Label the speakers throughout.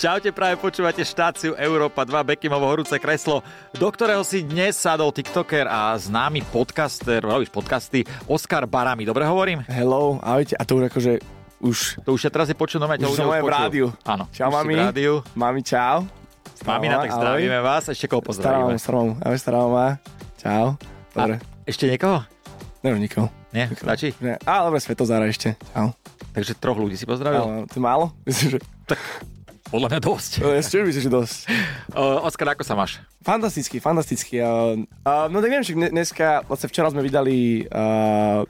Speaker 1: Čaute, práve počúvate štáciu Európa 2 Beckhamovo horúce kreslo, do ktorého si dnes sadol TikToker a známy podcaster, robíš podcasty, Oskar Barami. Dobre hovorím?
Speaker 2: Hello, ahojte. A to už akože už...
Speaker 1: To už je teraz je počuť, no to
Speaker 2: Už
Speaker 1: ľudia
Speaker 2: som aj v
Speaker 1: počujú.
Speaker 2: rádiu.
Speaker 1: Áno.
Speaker 2: Čau,
Speaker 1: už si
Speaker 2: mami.
Speaker 1: V rádiu.
Speaker 2: Mami, čau.
Speaker 1: Mamina, tak
Speaker 2: ahoj.
Speaker 1: zdravíme vás. Ešte koho
Speaker 2: Stará mama,
Speaker 1: pozdravíme?
Speaker 2: stará mama. Ahoj, stará mama. Čau. Dobre. A...
Speaker 1: Ešte niekoho?
Speaker 2: Neviem nikoho.
Speaker 1: Nie, stačí?
Speaker 2: Ne. Á, dobre, Svetozára ešte. Čau.
Speaker 1: Takže troch ľudí si pozdravil.
Speaker 2: Ale to je málo? Myslím, že...
Speaker 1: Podľa mňa dosť.
Speaker 2: No, ja si tiež myslím, že dosť.
Speaker 1: O, Oskar, ako sa máš?
Speaker 2: Fantasticky, fantasticky. Uh, uh, no tak neviem, však dne- dneska, vlastne včera sme vydali uh,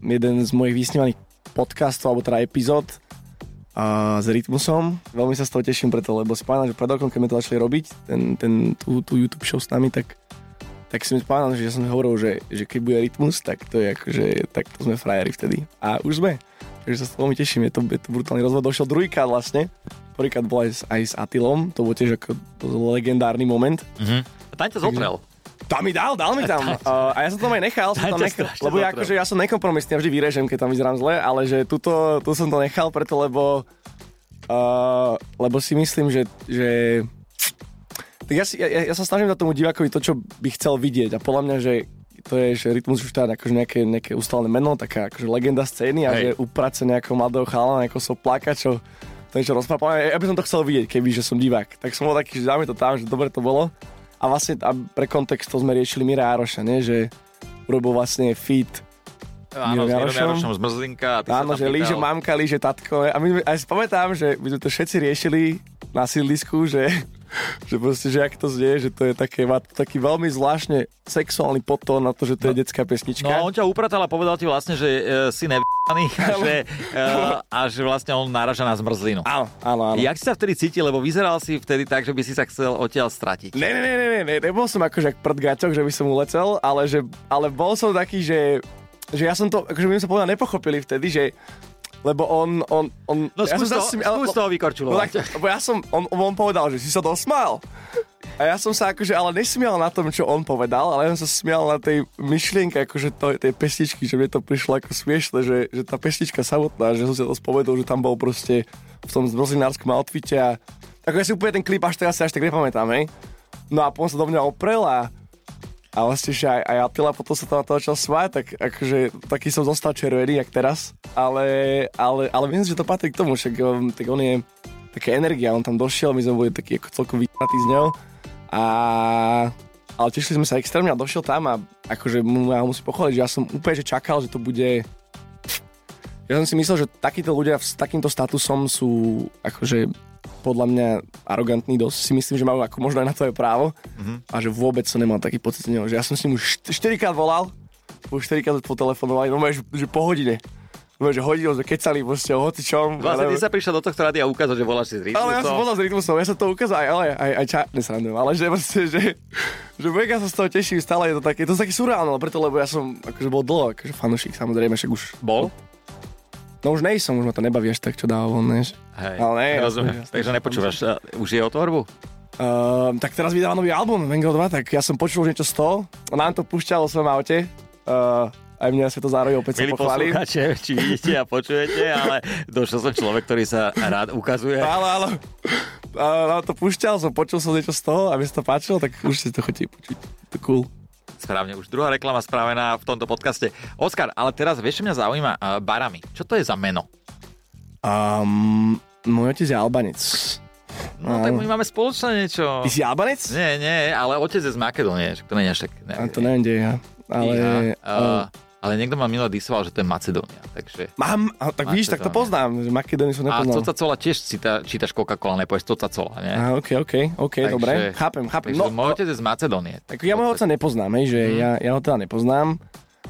Speaker 2: jeden z mojich vysnívaných podcastov, alebo teda epizód uh, s Rytmusom. Veľmi sa z toho teším preto, lebo si pamätám, že pred rokom, keď sme to začali robiť, ten, ten, tú, tú YouTube show s nami, tak tak si mi pamätám, že ja som hovoril, že, že keď bude Rytmus, tak to je akože, tak to sme frajeri vtedy. A už sme. Takže sa z toho veľmi teším, je to, je to brutálny rozvod. Došiel druhýkrát vlastne. Prvýkrát bol aj s, aj s Atilom, to bol tiež ako to bol legendárny moment.
Speaker 1: Mhm. Taň ťa zotrel.
Speaker 2: Tam mi dal, dal mi tam. Uh, a ja som to tam aj nechal, som
Speaker 1: Dajte
Speaker 2: tam nechal
Speaker 1: strašne
Speaker 2: lebo ja,
Speaker 1: dotrel.
Speaker 2: akože, ja som nekompromisný, ja vždy vyrežem, keď tam vyzerám zle, ale že tuto, tu som to nechal, preto lebo, uh, lebo si myslím, že, že tak ja, si, ja, ja ja sa snažím dať tomu divákovi to, čo by chcel vidieť a podľa mňa, že to je, že Rytmus už teda akože nejaké, nejaké ustálené meno, taká akože legenda scény a
Speaker 1: Hej.
Speaker 2: že uprace nejakého mladého chalana, ako som plakačov, to niečo rozpráva. Ja by som to chcel vidieť, keby, že som divák. Tak som bol taký, že dáme to tam, že dobre to bolo. A vlastne a pre kontext to sme riešili Mira Jaroša, nie? že urobil vlastne fit
Speaker 1: Áno, s Mirom
Speaker 2: Mirom Jarošom.
Speaker 1: Jarošom z Mrzlinka. a Ty sa
Speaker 2: Áno,
Speaker 1: tam
Speaker 2: že
Speaker 1: pýtal.
Speaker 2: líže mamka, líže tatko. A my sme, aj si pamätám, že my sme to všetci riešili na sídlisku, že, že proste, že jak to znie, že to je také, má to taký veľmi zvláštne sexuálny potón na to, že to je detská pesnička.
Speaker 1: No on ťa upratal a povedal ti vlastne, že e, si nevybaný a, že, e, a že vlastne on náraža na zmrzlinu.
Speaker 2: Áno, áno, áno.
Speaker 1: Jak si sa vtedy cítil, lebo vyzeral si vtedy tak, že by si sa chcel odtiaľ stratiť.
Speaker 2: Ne, ne, ne, ne, ne, ne, nebol som akože jak prd gaťok, že by som ulecel, ale, že, ale bol som taký, že, že ja som to, akože my sme sa povedal, nepochopili vtedy, že lebo on, on, on...
Speaker 1: No
Speaker 2: ja
Speaker 1: skús,
Speaker 2: som
Speaker 1: to,
Speaker 2: sa smia-
Speaker 1: skús toho
Speaker 2: No tak,
Speaker 1: vykorčulovať.
Speaker 2: lebo ja som, on, on povedal, že si sa dosmial. A ja som sa akože, ale nesmial na tom, čo on povedal, ale ja som sa smial na tej myšlienke, akože to, tej pesničky, že mi to prišlo ako smiešne, že, že tá pesnička samotná, že som si to spomenul, že tam bol proste v tom zmrzlinárskom outfite a ako ja si úplne ten klip až teraz si až tak nepamätám, hej. No a potom sa do mňa oprel a, a vlastne, že aj, aj Atila potom sa tam na to začal smáť, tak akože taký som zostal červený, jak teraz. Ale, ale, ale myslím, že to patrí k tomu, však um, tak on je taká energia, on tam došiel, my sme boli takí ako celkom vyjatí z ňou. A, ale tešili sme sa extrémne a došiel tam a akože mu ja ho musím pochváliť, že ja som úplne že čakal, že to bude ja som si myslel, že takíto ľudia s takýmto statusom sú akože podľa mňa arogantní dosť. Si myslím, že majú ako možno aj na to aj právo.
Speaker 1: Mhm.
Speaker 2: A že vôbec som nemal taký pocit z neho. Že ja som s ním už 4 krát volal, už 4 krát potelefonovali, no že, že po hodine. No že hodinu sme kecali proste o hocičom.
Speaker 1: Vlastne ty
Speaker 2: ale-
Speaker 1: sa no. prišiel do tohto rádia a ukázal, že voláš si z
Speaker 2: ale ja som
Speaker 1: Rytmusom.
Speaker 2: volal s rytmusom, ja som to ukázal aj, ale aj, aj ča, nesrandujem, ale že proste, že, že mega sa z toho teším, stále je to také, je to také surreálne, ale preto, lebo ja som akože bol dlho, akože fanúšik samozrejme, však už,
Speaker 1: Bol?
Speaker 2: no už nej som, už ma to nebaví až tak, čo dáva von, než.
Speaker 1: Hej,
Speaker 2: Ale ne, ja
Speaker 1: rozumiem.
Speaker 2: som- ja som-
Speaker 1: Takže nepočúvaš. e, Už je o tvorbu?
Speaker 2: Ehm, tak teraz vydáva nový album, Mango 2, tak ja som počul už niečo z toho, nám to púšťalo v svojom aute, Ehm, aj mňa sa to zároveň opäť sa
Speaker 1: Milí
Speaker 2: pochváli.
Speaker 1: poslucháče, či vidíte a počujete, ale došiel som človek, ktorý sa rád ukazuje.
Speaker 2: Áno, áno. Áno, Nám to púšťal, som počul som niečo z toho a mi sa to páčilo, tak už si to chodí počuť. To cool.
Speaker 1: Správne, už druhá reklama spravená v tomto podcaste. Oskar, ale teraz vieš, čo mňa zaujíma? Uh, barami. Čo to je za meno?
Speaker 2: Um, môj otec je Albanec.
Speaker 1: No, tak my máme spoločné niečo.
Speaker 2: Ty si Albanec?
Speaker 1: Nie, nie, ale otec je z Makedónie, že to nie je až tak... Ne,
Speaker 2: A to neviem, kde je ja. Ale... ehm,
Speaker 1: a, ale niekto ma minule disoval, že to je Macedónia, takže...
Speaker 2: Mám, a, tak vidíš, tak to
Speaker 1: Macedónia.
Speaker 2: poznám, že Makedóniu som
Speaker 1: A
Speaker 2: nepoznal.
Speaker 1: to cola tiež cita, čítaš Coca-Cola, nepovieš to cola, nie?
Speaker 2: Aha, ok, ok, ok,
Speaker 1: Takže-
Speaker 2: dobre, chápem, chápem.
Speaker 1: Takže Mhm.
Speaker 2: No,
Speaker 1: môj otec je z Macedónie.
Speaker 2: tak ja môjho otca nepoznám, hej, že ja, ja ho teda nepoznám.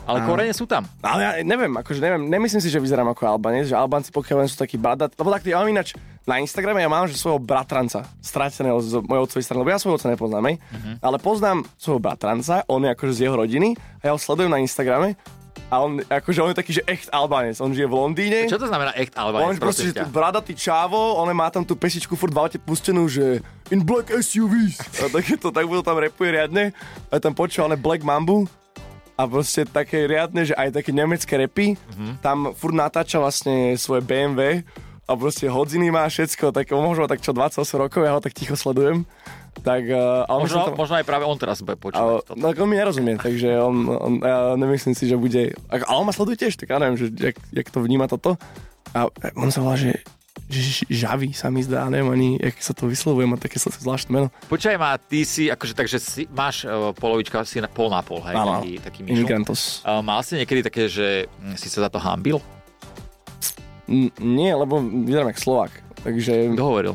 Speaker 1: Ale korene sú tam.
Speaker 2: Ale ja neviem, akože neviem, nemyslím si, že vyzerám ako Albanec, že Albanci pokiaľ len sú takí bradat, lebo tak ja mám ináč, na Instagrame ja mám, že svojho bratranca, strateného z mojej otcovej strany, lebo ja svojho otca nepoznám, hej, ale poznám svojho bratranca, on je akože z jeho rodiny a ja ho sledujem na Instagrame a on, akože on je taký, že echt Albanec, on žije v Londýne.
Speaker 1: Čo to znamená echt
Speaker 2: On
Speaker 1: Albanec,
Speaker 2: je proste,
Speaker 1: prosím
Speaker 2: že tu
Speaker 1: ťa?
Speaker 2: bradatý čávo, on má tam tú pesičku furt v aute pustenú, že in black SUVs. A tak je to, tak budú tam repuje riadne. A tam počúval ale Black Mambu. A proste také riadne, že aj také nemecké repy. Tam furt natáča vlastne svoje BMW. A a proste hodziny má všetko, tak on možno má tak čo 28 rokov, ja ho tak ticho sledujem. Tak, uh, a on
Speaker 1: Možno,
Speaker 2: myslím, to-
Speaker 1: možno aj práve on teraz bude počúvať
Speaker 2: ale,
Speaker 1: toto.
Speaker 2: no, tak on mi nerozumie, takže on, on, ja nemyslím si, že bude... A a on ma sleduje tiež, tak ja neviem, že jak, jak to vníma toto. A on sa volá, že, že žaví sa mi zdá, neviem ani, jak sa to vyslovuje, má také sa- zvláštne meno.
Speaker 1: Počkaj ma, ty si, akože takže si, máš uh, polovička si na pol na pol, hej,
Speaker 2: Áno,
Speaker 1: taký, taký myšl.
Speaker 2: Imigrantos.
Speaker 1: Uh, mal si niekedy také, že mm, si sa za to hambil?
Speaker 2: N- nie, lebo vyzerám jak Slovak, takže
Speaker 1: Kto hovoril?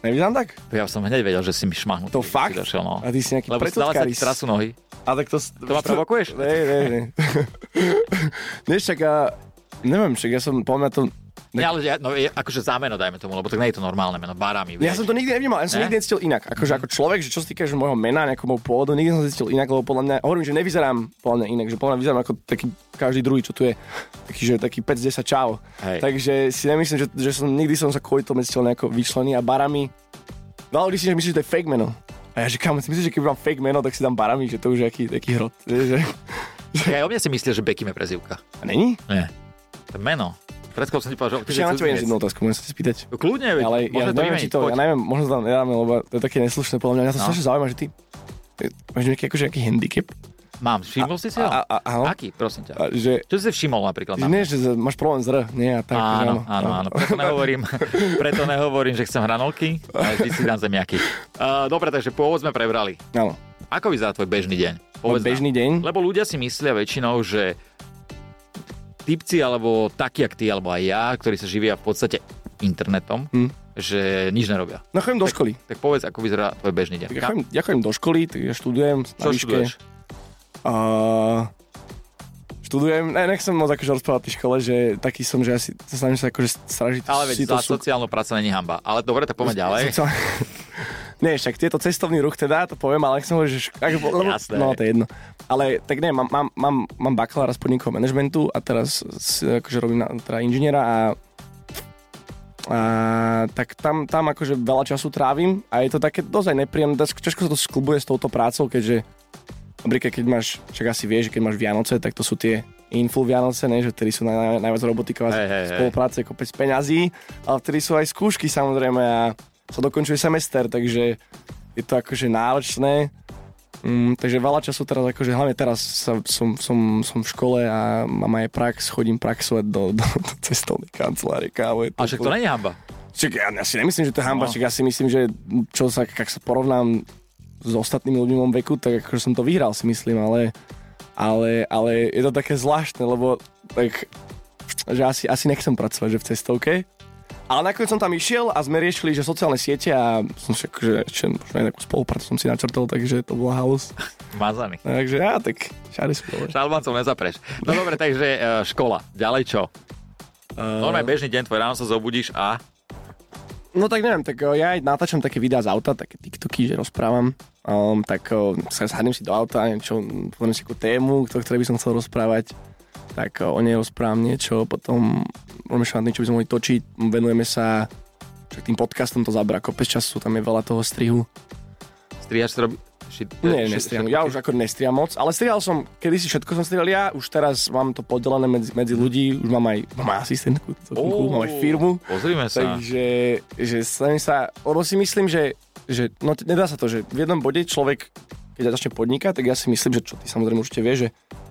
Speaker 2: nevyzerám tak?
Speaker 1: Ja som hneď vedel, že si mi šmahnutý.
Speaker 2: To
Speaker 1: keď si
Speaker 2: fakt?
Speaker 1: Došiel, no.
Speaker 2: A ty si nejaký
Speaker 1: Lebo si dala sa ti
Speaker 2: predsudkáris.
Speaker 1: trasu nohy.
Speaker 2: A tak to... s-
Speaker 1: To ma provokuješ?
Speaker 2: Ne, ne, ne. Vieš, čak ja... Neviem, však ja som, podľa mňa to...
Speaker 1: Ne, ale ja, no, je, akože za meno dajme tomu, lebo tak nie je to normálne meno, barami.
Speaker 2: Ja som to nikdy nevnímal, ja som
Speaker 1: Ne? Mhm.
Speaker 2: nikdy necítil inak. Akože ako človek, že čo sa týka že môjho mena, nejakého môjho pôvodu, nikdy som sa cítil inak, lebo podľa mňa, hovorím, že nevyzerám podľa mňa inak, že podľa mňa vyzerám ako taký každý druhý, čo tu je. Taký, že taký 5-10 čau.
Speaker 1: Hej.
Speaker 2: Takže si nemyslím, že, že som, nikdy som sa kvôli tomu cítil nejako vyčlený a barami. Veľa ľudí si že myslí, že to je fake meno. A ja že kam, si myslíš, že keby mám fake meno, tak si dám barami, že to už je aký, taký hrot. Vieš, Že...
Speaker 1: Ja aj o mne si myslel, že Bekim je prezivka.
Speaker 2: A není?
Speaker 1: Nie. To je meno. Predskôr som ti povedal, že ty si
Speaker 2: Ešte ja mám tebe jednu
Speaker 1: cudzinec. No,
Speaker 2: otázku, môžem sa ti spýtať.
Speaker 1: Kľudne, veď,
Speaker 2: Ale
Speaker 1: môžeme
Speaker 2: ja
Speaker 1: to
Speaker 2: neviem, či
Speaker 1: vymeniť,
Speaker 2: to,
Speaker 1: poď.
Speaker 2: ja neviem, možno to tam nedáme, lebo to je také neslušné podľa mňa. Mňa to
Speaker 1: No.
Speaker 2: strašne zaujíma, že ty ty máš nejaký, akože nejaký handicap.
Speaker 1: Mám, všimol si si ho?
Speaker 2: A, a, áno.
Speaker 1: Aký, prosím ťa?
Speaker 2: A, že,
Speaker 1: Čo si si všimol napríklad?
Speaker 2: že
Speaker 1: Na...
Speaker 2: nie, že za- máš problém s R, nie a tak. že
Speaker 1: Áno, áno, áno. Preto nehovorím, preto nehovorím, že chcem hranolky, ale vždy si dám zemiaky. Uh, dobre, takže pôvod sme prebrali.
Speaker 2: Áno.
Speaker 1: Ako vyzerá tvoj bežný deň?
Speaker 2: Môj
Speaker 1: Povedz nám.
Speaker 2: bežný deň.
Speaker 1: Lebo ľudia si myslia väčšinou, že typci alebo takí, jak ty, alebo aj ja, ktorí sa živia v podstate internetom,
Speaker 2: Hm.
Speaker 1: že nič nerobia.
Speaker 2: No chodím do školy.
Speaker 1: Tak povedz, ako vyzerá tvoj bežný deň.
Speaker 2: Tak ja, chodím, ja chodím do školy, tak ja študujem na
Speaker 1: Čo
Speaker 2: výške.
Speaker 1: študuješ?
Speaker 2: A študujem, ne, nechcem moc akože rozprávať tej škole, že taký som, že asi sa snažím sa akože stražiť
Speaker 1: Ale veď
Speaker 2: si
Speaker 1: za
Speaker 2: to sú-
Speaker 1: sociálnu prácu není hamba. Ale dobre, tak poďme ďalej.
Speaker 2: Sociál- Nie, však tieto cestovný ruch teda, to poviem, ale nechcem hovoriť, že... šk- Ak, lebo,
Speaker 1: Jasné.
Speaker 2: No, to je jedno. Ale tak nie, mám, mám, mám, mám bakalára z podnikového manažmentu a teraz s- akože robím na, teda inžiniera a, a tak tam, tam akože veľa času trávim a je to také dosť aj nepríjemné. Ťažko ťažko sa to sklubuje s touto prácou, keďže napríklad keď máš, však asi vieš, že keď máš Vianoce, tak to sú tie influ Vianoce, ne, že vtedy sú naj, naj, najviac robotika,
Speaker 1: Hej, hej, hej.
Speaker 2: spolupráce, kopec peňazí, ale vtedy sú aj skúšky samozrejme a sa dokončuje semester, takže je to akože náročné. Mm, takže veľa času teraz, akože hlavne teraz sa, som, som, som v škole a mám aj prax, chodím praxovať do, do, do cestovnej kancelárie, kámo. je
Speaker 1: A však to
Speaker 2: úplne-
Speaker 1: není hamba.
Speaker 2: Čak, ja, ja si nemyslím, že to je hamba,
Speaker 1: No.
Speaker 2: no. ja si myslím, že čo sa, ak sa porovnám s ostatnými ľuďmi v mojom veku, tak akože som to vyhral, si myslím, ale, ale, ale je to také zvláštne, lebo tak, že asi, asi nechcem pracovať, že v cestovke. Ale nakoniec som tam išiel a sme riešili, že sociálne siete a som si akože, ešte možno aj nejakú spoluprácu som si načrtol, takže to bola halus.
Speaker 1: Mazaný.
Speaker 2: Takže ja, tak šári sú dobre.
Speaker 1: Šalbancov nezapreš. No dobre, takže e, škola. Ďalej čo?
Speaker 2: E,
Speaker 1: Normálne bežný deň, tvoj ráno sa zobudíš a...
Speaker 2: No tak neviem, tak o, ja aj natáčam také videá z auta, také TikToky, že rozprávam. Um, tak o, sa sadnem si do auta, niečo, poviem si takú tému, o ktorej by som chcel rozprávať. Tak eh, o o nej rozprávam niečo, potom rozmýšľam nad tým, čo by sme mohli točiť. Venujeme sa však tým podcastom to zabrá kopec času, tam je veľa toho strihu.
Speaker 1: Strihaš si robí... Ši...
Speaker 2: Nie,
Speaker 1: ši-
Speaker 2: nestriam.
Speaker 1: ši-
Speaker 2: Ja už ako nestriam moc, ale strihal som, kedysi všetko som strihal ja, už teraz mám to podelené medzi, medzi ľudí, už mám aj, mám aj asistentku, celkom cool, mám aj firmu.
Speaker 1: Pozrime sa.
Speaker 2: Takže že snažím sa, ono si myslím, že, že no, t- nedá sa to, že v jednom bode človek, keď začne podnikať, tak ja si myslím, že čo ty samozrejme určite vieš, že,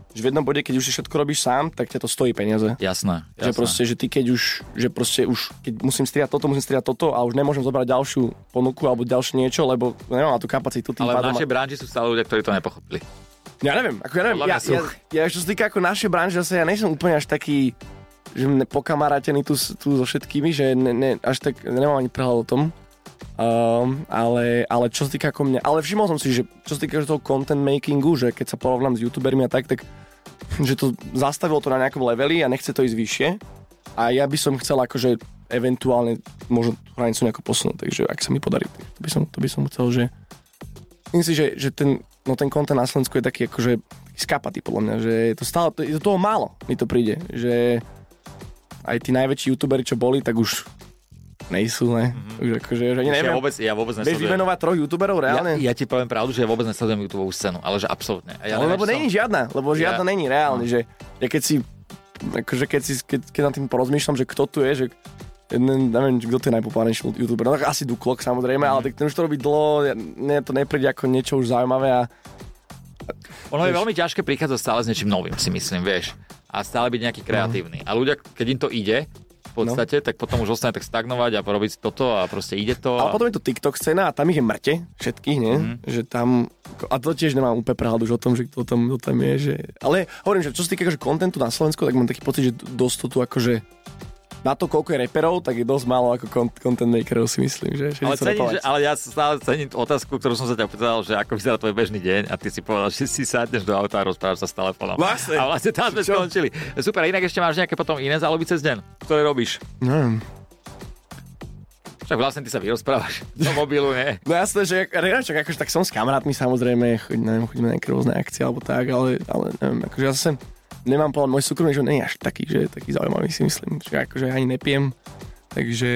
Speaker 2: že v jednom bode, keď už si všetko robíš sám, tak ťa to stojí peniaze.
Speaker 1: Jasné, jasné.
Speaker 2: Že proste, že ty keď už, že proste už, keď musím striať toto, musím striať toto a už nemôžem zobrať ďalšiu ponuku alebo ďalšie niečo, lebo nemám na tú kapacitu. Tým
Speaker 1: Ale v
Speaker 2: pádom-
Speaker 1: našej branži sú stále ľudia, ktorí to nepochopili.
Speaker 2: ja neviem, ako ja neviem.
Speaker 1: Podľa
Speaker 2: Ja,
Speaker 1: mňa sú.
Speaker 2: ja, ja, čo sa týka ako našej branže, zase ja nejsem úplne až taký že mne pokamarátený tu, s- tu so všetkými, že ne, ne, až tak nemám ani prehľad o tom. Um, ale, ale čo sa týka ako mňa, ale všimol som si, že čo sa týka toho content makingu, že keď sa porovnám s youtubermi a tak, tak že to zastavilo to na nejakom leveli a nechce to ísť vyššie. A ja by som chcel akože eventuálne možno tú hranicu nejako posunúť, takže ak sa mi podarí, tak to by som, to by som chcel, že myslím si, že, že ten, no ten kontent na Slovensku je taký akože taký skapatý podľa mňa, že je to stále, to, je to toho málo, mi to príde, že aj tí najväčší youtuberi, čo boli, tak už nejsú, ne? Mm-hmm. Už akože, už ani
Speaker 1: Ešte
Speaker 2: neviem.
Speaker 1: Mhm. Ja vôbec, ja vôbec
Speaker 2: Vieš
Speaker 1: nesledujem.
Speaker 2: vymenovať troch youtuberov reálne?
Speaker 1: Ja, ja ti poviem pravdu, že ja vôbec nesledujem YouTube scénu, ale že absolútne. A Ja
Speaker 2: ale
Speaker 1: neviem,
Speaker 2: lebo
Speaker 1: či
Speaker 2: není žiadna, lebo
Speaker 1: Ja- No.
Speaker 2: žiadna není reálne, že ja keď si, akože keď si, keď, keď nad tým porozmýšľam, že kto tu je, že jeden, neviem, kto to je najpopulárnejší youtuber, no tak asi Duklok samozrejme,
Speaker 1: Mhm.
Speaker 2: mm. ale tak ten už to robí dlho, ja- mne to nepríde ako niečo už zaujímavé a
Speaker 1: Ono je veľmi ťažké prichádzať stále s niečím novým, si myslím, vieš. A stále byť nejaký kreatívny. A ľudia, keď im to ide, v podstate, no. tak potom už ostane tak stagnovať a robiť toto a proste ide to.
Speaker 2: Ale
Speaker 1: A...
Speaker 2: potom je to TikTok scéna a tam ich je mŕte, všetkých, nie?
Speaker 1: Mhm.
Speaker 2: Mm. Že tam, a to tiež nemám úplne prehľad už o tom, že kto tam, kto tam je, že... Ale hovorím, že čo sa týka akože kontentu na Slovensku, tak mám taký pocit, že dosť to tu akože na to, koľko je reperov, tak je dosť málo ako kon- content makerov, si myslím, že? Všetci
Speaker 1: Ale,
Speaker 2: chcú
Speaker 1: cením,
Speaker 2: rapovať.
Speaker 1: že, ale ja stále cením tú otázku, ktorú som sa ťa pýtal, že ako vyzerá tvoj bežný deň a ty si povedal, že si sadneš do auta a rozprávaš sa s telefónom.
Speaker 2: Vlastne.
Speaker 1: A vlastne tam sme
Speaker 2: Čo?
Speaker 1: skončili. Super, a inak ešte máš nejaké potom iné záľuby cez deň, ktoré robíš.
Speaker 2: Neviem.
Speaker 1: Však vlastne ty sa vyrozprávaš do mobilu, nie?
Speaker 2: No jasné, že rečak, akože tak som s kamarátmi samozrejme, choď, neviem, chodíme na nejaké rôzne akcie alebo tak, ale, ale neviem, akože ja zase nemám povedať, môj súkromný život nie je až taký, že je taký zaujímavý si myslím, že akože ani nepijem, takže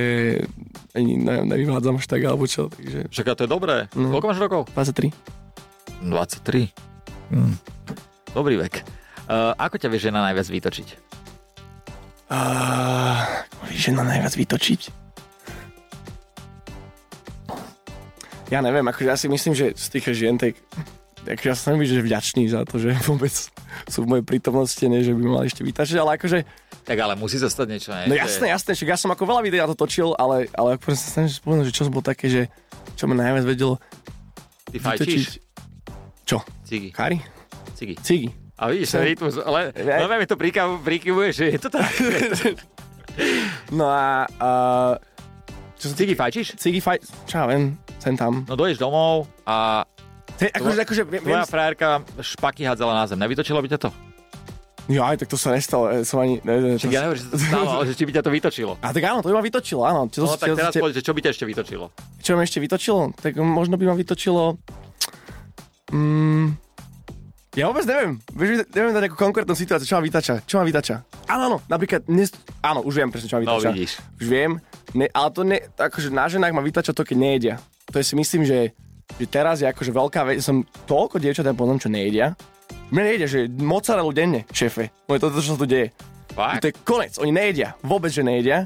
Speaker 2: ani neviem, nevyvádzam až tak alebo čo, takže
Speaker 1: Však a to je dobré. No. Koľko máš rokov?
Speaker 2: 23.
Speaker 1: 23. Mm. Dobrý vek. Uh, ako ťa vie žena najviac vytočiť?
Speaker 2: Uh, vieš, na najviac vytočiť? Ja neviem, akože ja si myslím, že z tých žien, tak akože ja som byť, že vďačný za to, že vôbec sú v mojej prítomnosti, ne, že by ma mali ešte vytačiť, ale akože
Speaker 1: Tak ale musí sa stať niečo, nie?
Speaker 2: No
Speaker 1: To je-
Speaker 2: jasné, jasné, však ja som ako veľa videí na to točil, ale, ale akože sa snažím spomenúť, že čo som bol také, že čo ma najviac vedelo
Speaker 1: Ty fajčíš?
Speaker 2: Čo?
Speaker 1: Cigy,
Speaker 2: Kari?
Speaker 1: cigy.
Speaker 2: Cigi?
Speaker 1: A vidíš,
Speaker 2: Som-
Speaker 1: rytmus, ale
Speaker 2: Ja-
Speaker 1: no, mi to prikav- prikyvuje, že je to tak.
Speaker 2: No a... a čo sa týka...
Speaker 1: cigy fajčíš?
Speaker 2: Cigi faj... Čo ja viem, sem tam.
Speaker 1: No dojdeš domov a
Speaker 2: Te, akože, akože, viem, viem,
Speaker 1: tvoja frajerka špaky hádzala na zem. Nevytočilo by ťa to?
Speaker 2: Jo, aj tak to sa nestalo, ja som ani... Ne, ne,
Speaker 1: Však
Speaker 2: to...
Speaker 1: ja neviem, že sa to stalo, ale že či by ťa to vytočilo.
Speaker 2: A tak áno, to by ma vytočilo, áno. Čo,
Speaker 1: No
Speaker 2: no,
Speaker 1: tak
Speaker 2: čo,
Speaker 1: teraz
Speaker 2: čo,
Speaker 1: povedz, že čo by ťa ešte vytočilo?
Speaker 2: čo ma ešte vytočilo? Tak možno by ma vytočilo... Mm, ja vôbec neviem. Vieš, neviem dať nejakú konkrétnu situáciu, čo ma vytača. Čo ma vytača? Áno, áno, napríklad... Dnes, áno, už viem presne, čo ma
Speaker 1: No
Speaker 2: vytača.
Speaker 1: vidíš.
Speaker 2: Už viem, ne, ale to ne, akože na ženách ma vytača to, keď nejedia. To je si myslím, že, že teraz je akože veľká vec, som toľko dievčat ja poznám, čo nejedia. Mne nejedia, že mozzarellu denne, šéfe. No je to, to, čo sa tu deje. To
Speaker 1: Fakt?
Speaker 2: je konec, oni nejedia, vôbec, že nejedia.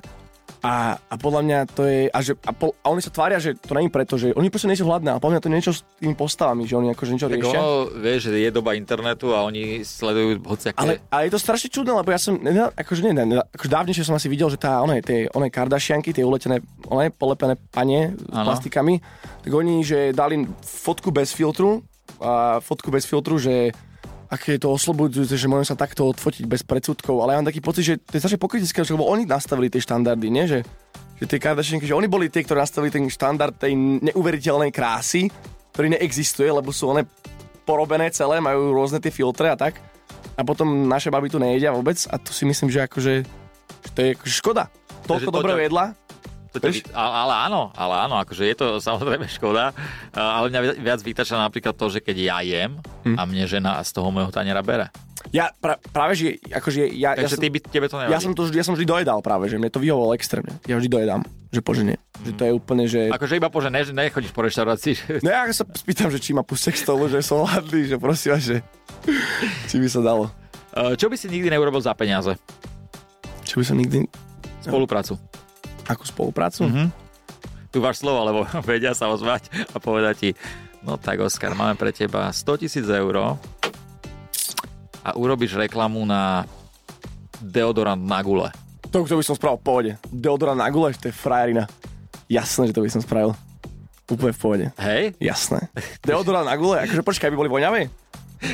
Speaker 2: A, a podľa mňa to je, a, že, a, po, a oni sa tvária, že to není preto, že oni proste nie sú hladné, ale podľa mňa to je niečo s tými postavami, že oni akože niečo
Speaker 1: Tak
Speaker 2: riešia.
Speaker 1: ono, vieš, že je doba internetu a oni sledujú hociaké...
Speaker 2: Ale, ale je to strašne čudné, lebo ja som, ne, akože, ne, ne, akože dávnejšie som asi videl, že tá, one, tie, one Kardashianky, tie uletené, one polepené pane s
Speaker 1: Áno.
Speaker 2: plastikami, tak oni, že dali fotku bez filtru, a fotku bez filtru, že aké je to oslobodzujúce, že môžem sa takto odfotiť bez predsudkov, ale ja mám taký pocit, že to je strašne pokritické, lebo oni nastavili tie štandardy, nie? Že, že tie Kardashianky, že oni boli tie, ktorí nastavili ten štandard tej neuveriteľnej krásy, ktorý neexistuje, lebo sú one porobené celé, majú rôzne tie filtre a tak. A potom naše baby tu nejedia vôbec a to si myslím, že akože že to je akože škoda. Toľko
Speaker 1: to
Speaker 2: dobrého
Speaker 1: ťa-
Speaker 2: jedla.
Speaker 1: To ťa
Speaker 2: Vieš?
Speaker 1: vy- ale, ale áno, ale áno, akože je to samozrejme škoda, a- ale mňa vi- viac vytača napríklad to, že keď ja jem a mne žena z toho môjho tanera bere.
Speaker 2: Hm. Ja pra, práve, že akože ja, ja,
Speaker 1: Takže
Speaker 2: som,
Speaker 1: ty by, tebe to nevadí.
Speaker 2: ja, som to, vždy- ja som vždy dojedal práve, že mne to vyhovovalo extrémne. Ja vždy dojedám, že poženie. Že to je úplne, že...
Speaker 1: Akože iba pože, ne, že nechodíš po reštaurácii. že-
Speaker 2: No ja sa spýtam, že či ma pustia k stolu, že som hladný, že prosím vás, že... Či by sa dalo.
Speaker 1: E, Čo by si nikdy neurobil za peniaze?
Speaker 2: Čo by som nikdy...
Speaker 1: Spoluprácu.
Speaker 2: Akú spoluprácu?
Speaker 1: Mhm. Tu váš slovo, lebo vedia sa ozvať a povedať ti, no tak Oskar, máme pre teba 100 tisíc eur a urobíš reklamu na deodorant na gule.
Speaker 2: To, to by som spravil v pohode. Deodorant na guláš, to je frajerina. Jasné, že to by som spravil. Úplne v pohode.
Speaker 1: Hej?
Speaker 2: Jasné. Deodorant na gule, akože počkaj, aby boli voňavé?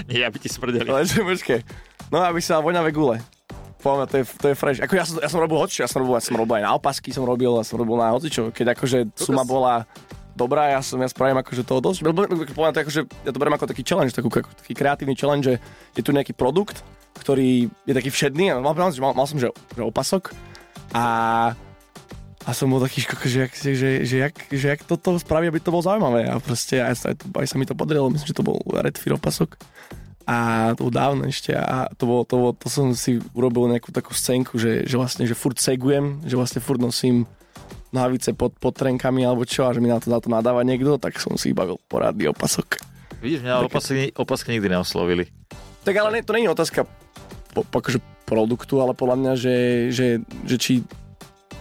Speaker 1: Nie, aby ti smrdeli.
Speaker 2: Ale že počkaj. No aby sa voňavé gule. Poďme, to je, to je fresh. Ako ja som, ja som robil hoči, ja som robil, ja som robil aj na opasky, som robil, ja som robil na hocičo. Keď akože suma bola dobrá, ja som, ja spravím akože toho dosť. Lebo poviem to akože, ja to beriem ako taký challenge, takú, ako taký kreatívny challenge, že je tu nejaký produkt, ktorý je taký všedný. a Mal, mal, mal, mal som, že, že opasok a a som bol taký, škoko, že, jak, že, že, že, jak, že jak toto spraví, aby to bolo zaujímavé. A proste aj sa, aj, to, aj sa mi to podarilo, myslím, že to bol Red Firo pasok. A to bolo dávno ešte a to, bolo, to, bolo, to som si urobil nejakú takú scénku, že, že vlastne, že furt segujem, že vlastne furt nosím nohavice pod, pod trenkami alebo čo a že mi na to, na to nadáva niekto, tak som si bavil poradný opasok.
Speaker 1: Vidíš, mňa opasky, opasky nikdy neoslovili.
Speaker 2: Tak ale ne, to není otázka po, po, akože produktu, ale podľa mňa, že, že, že či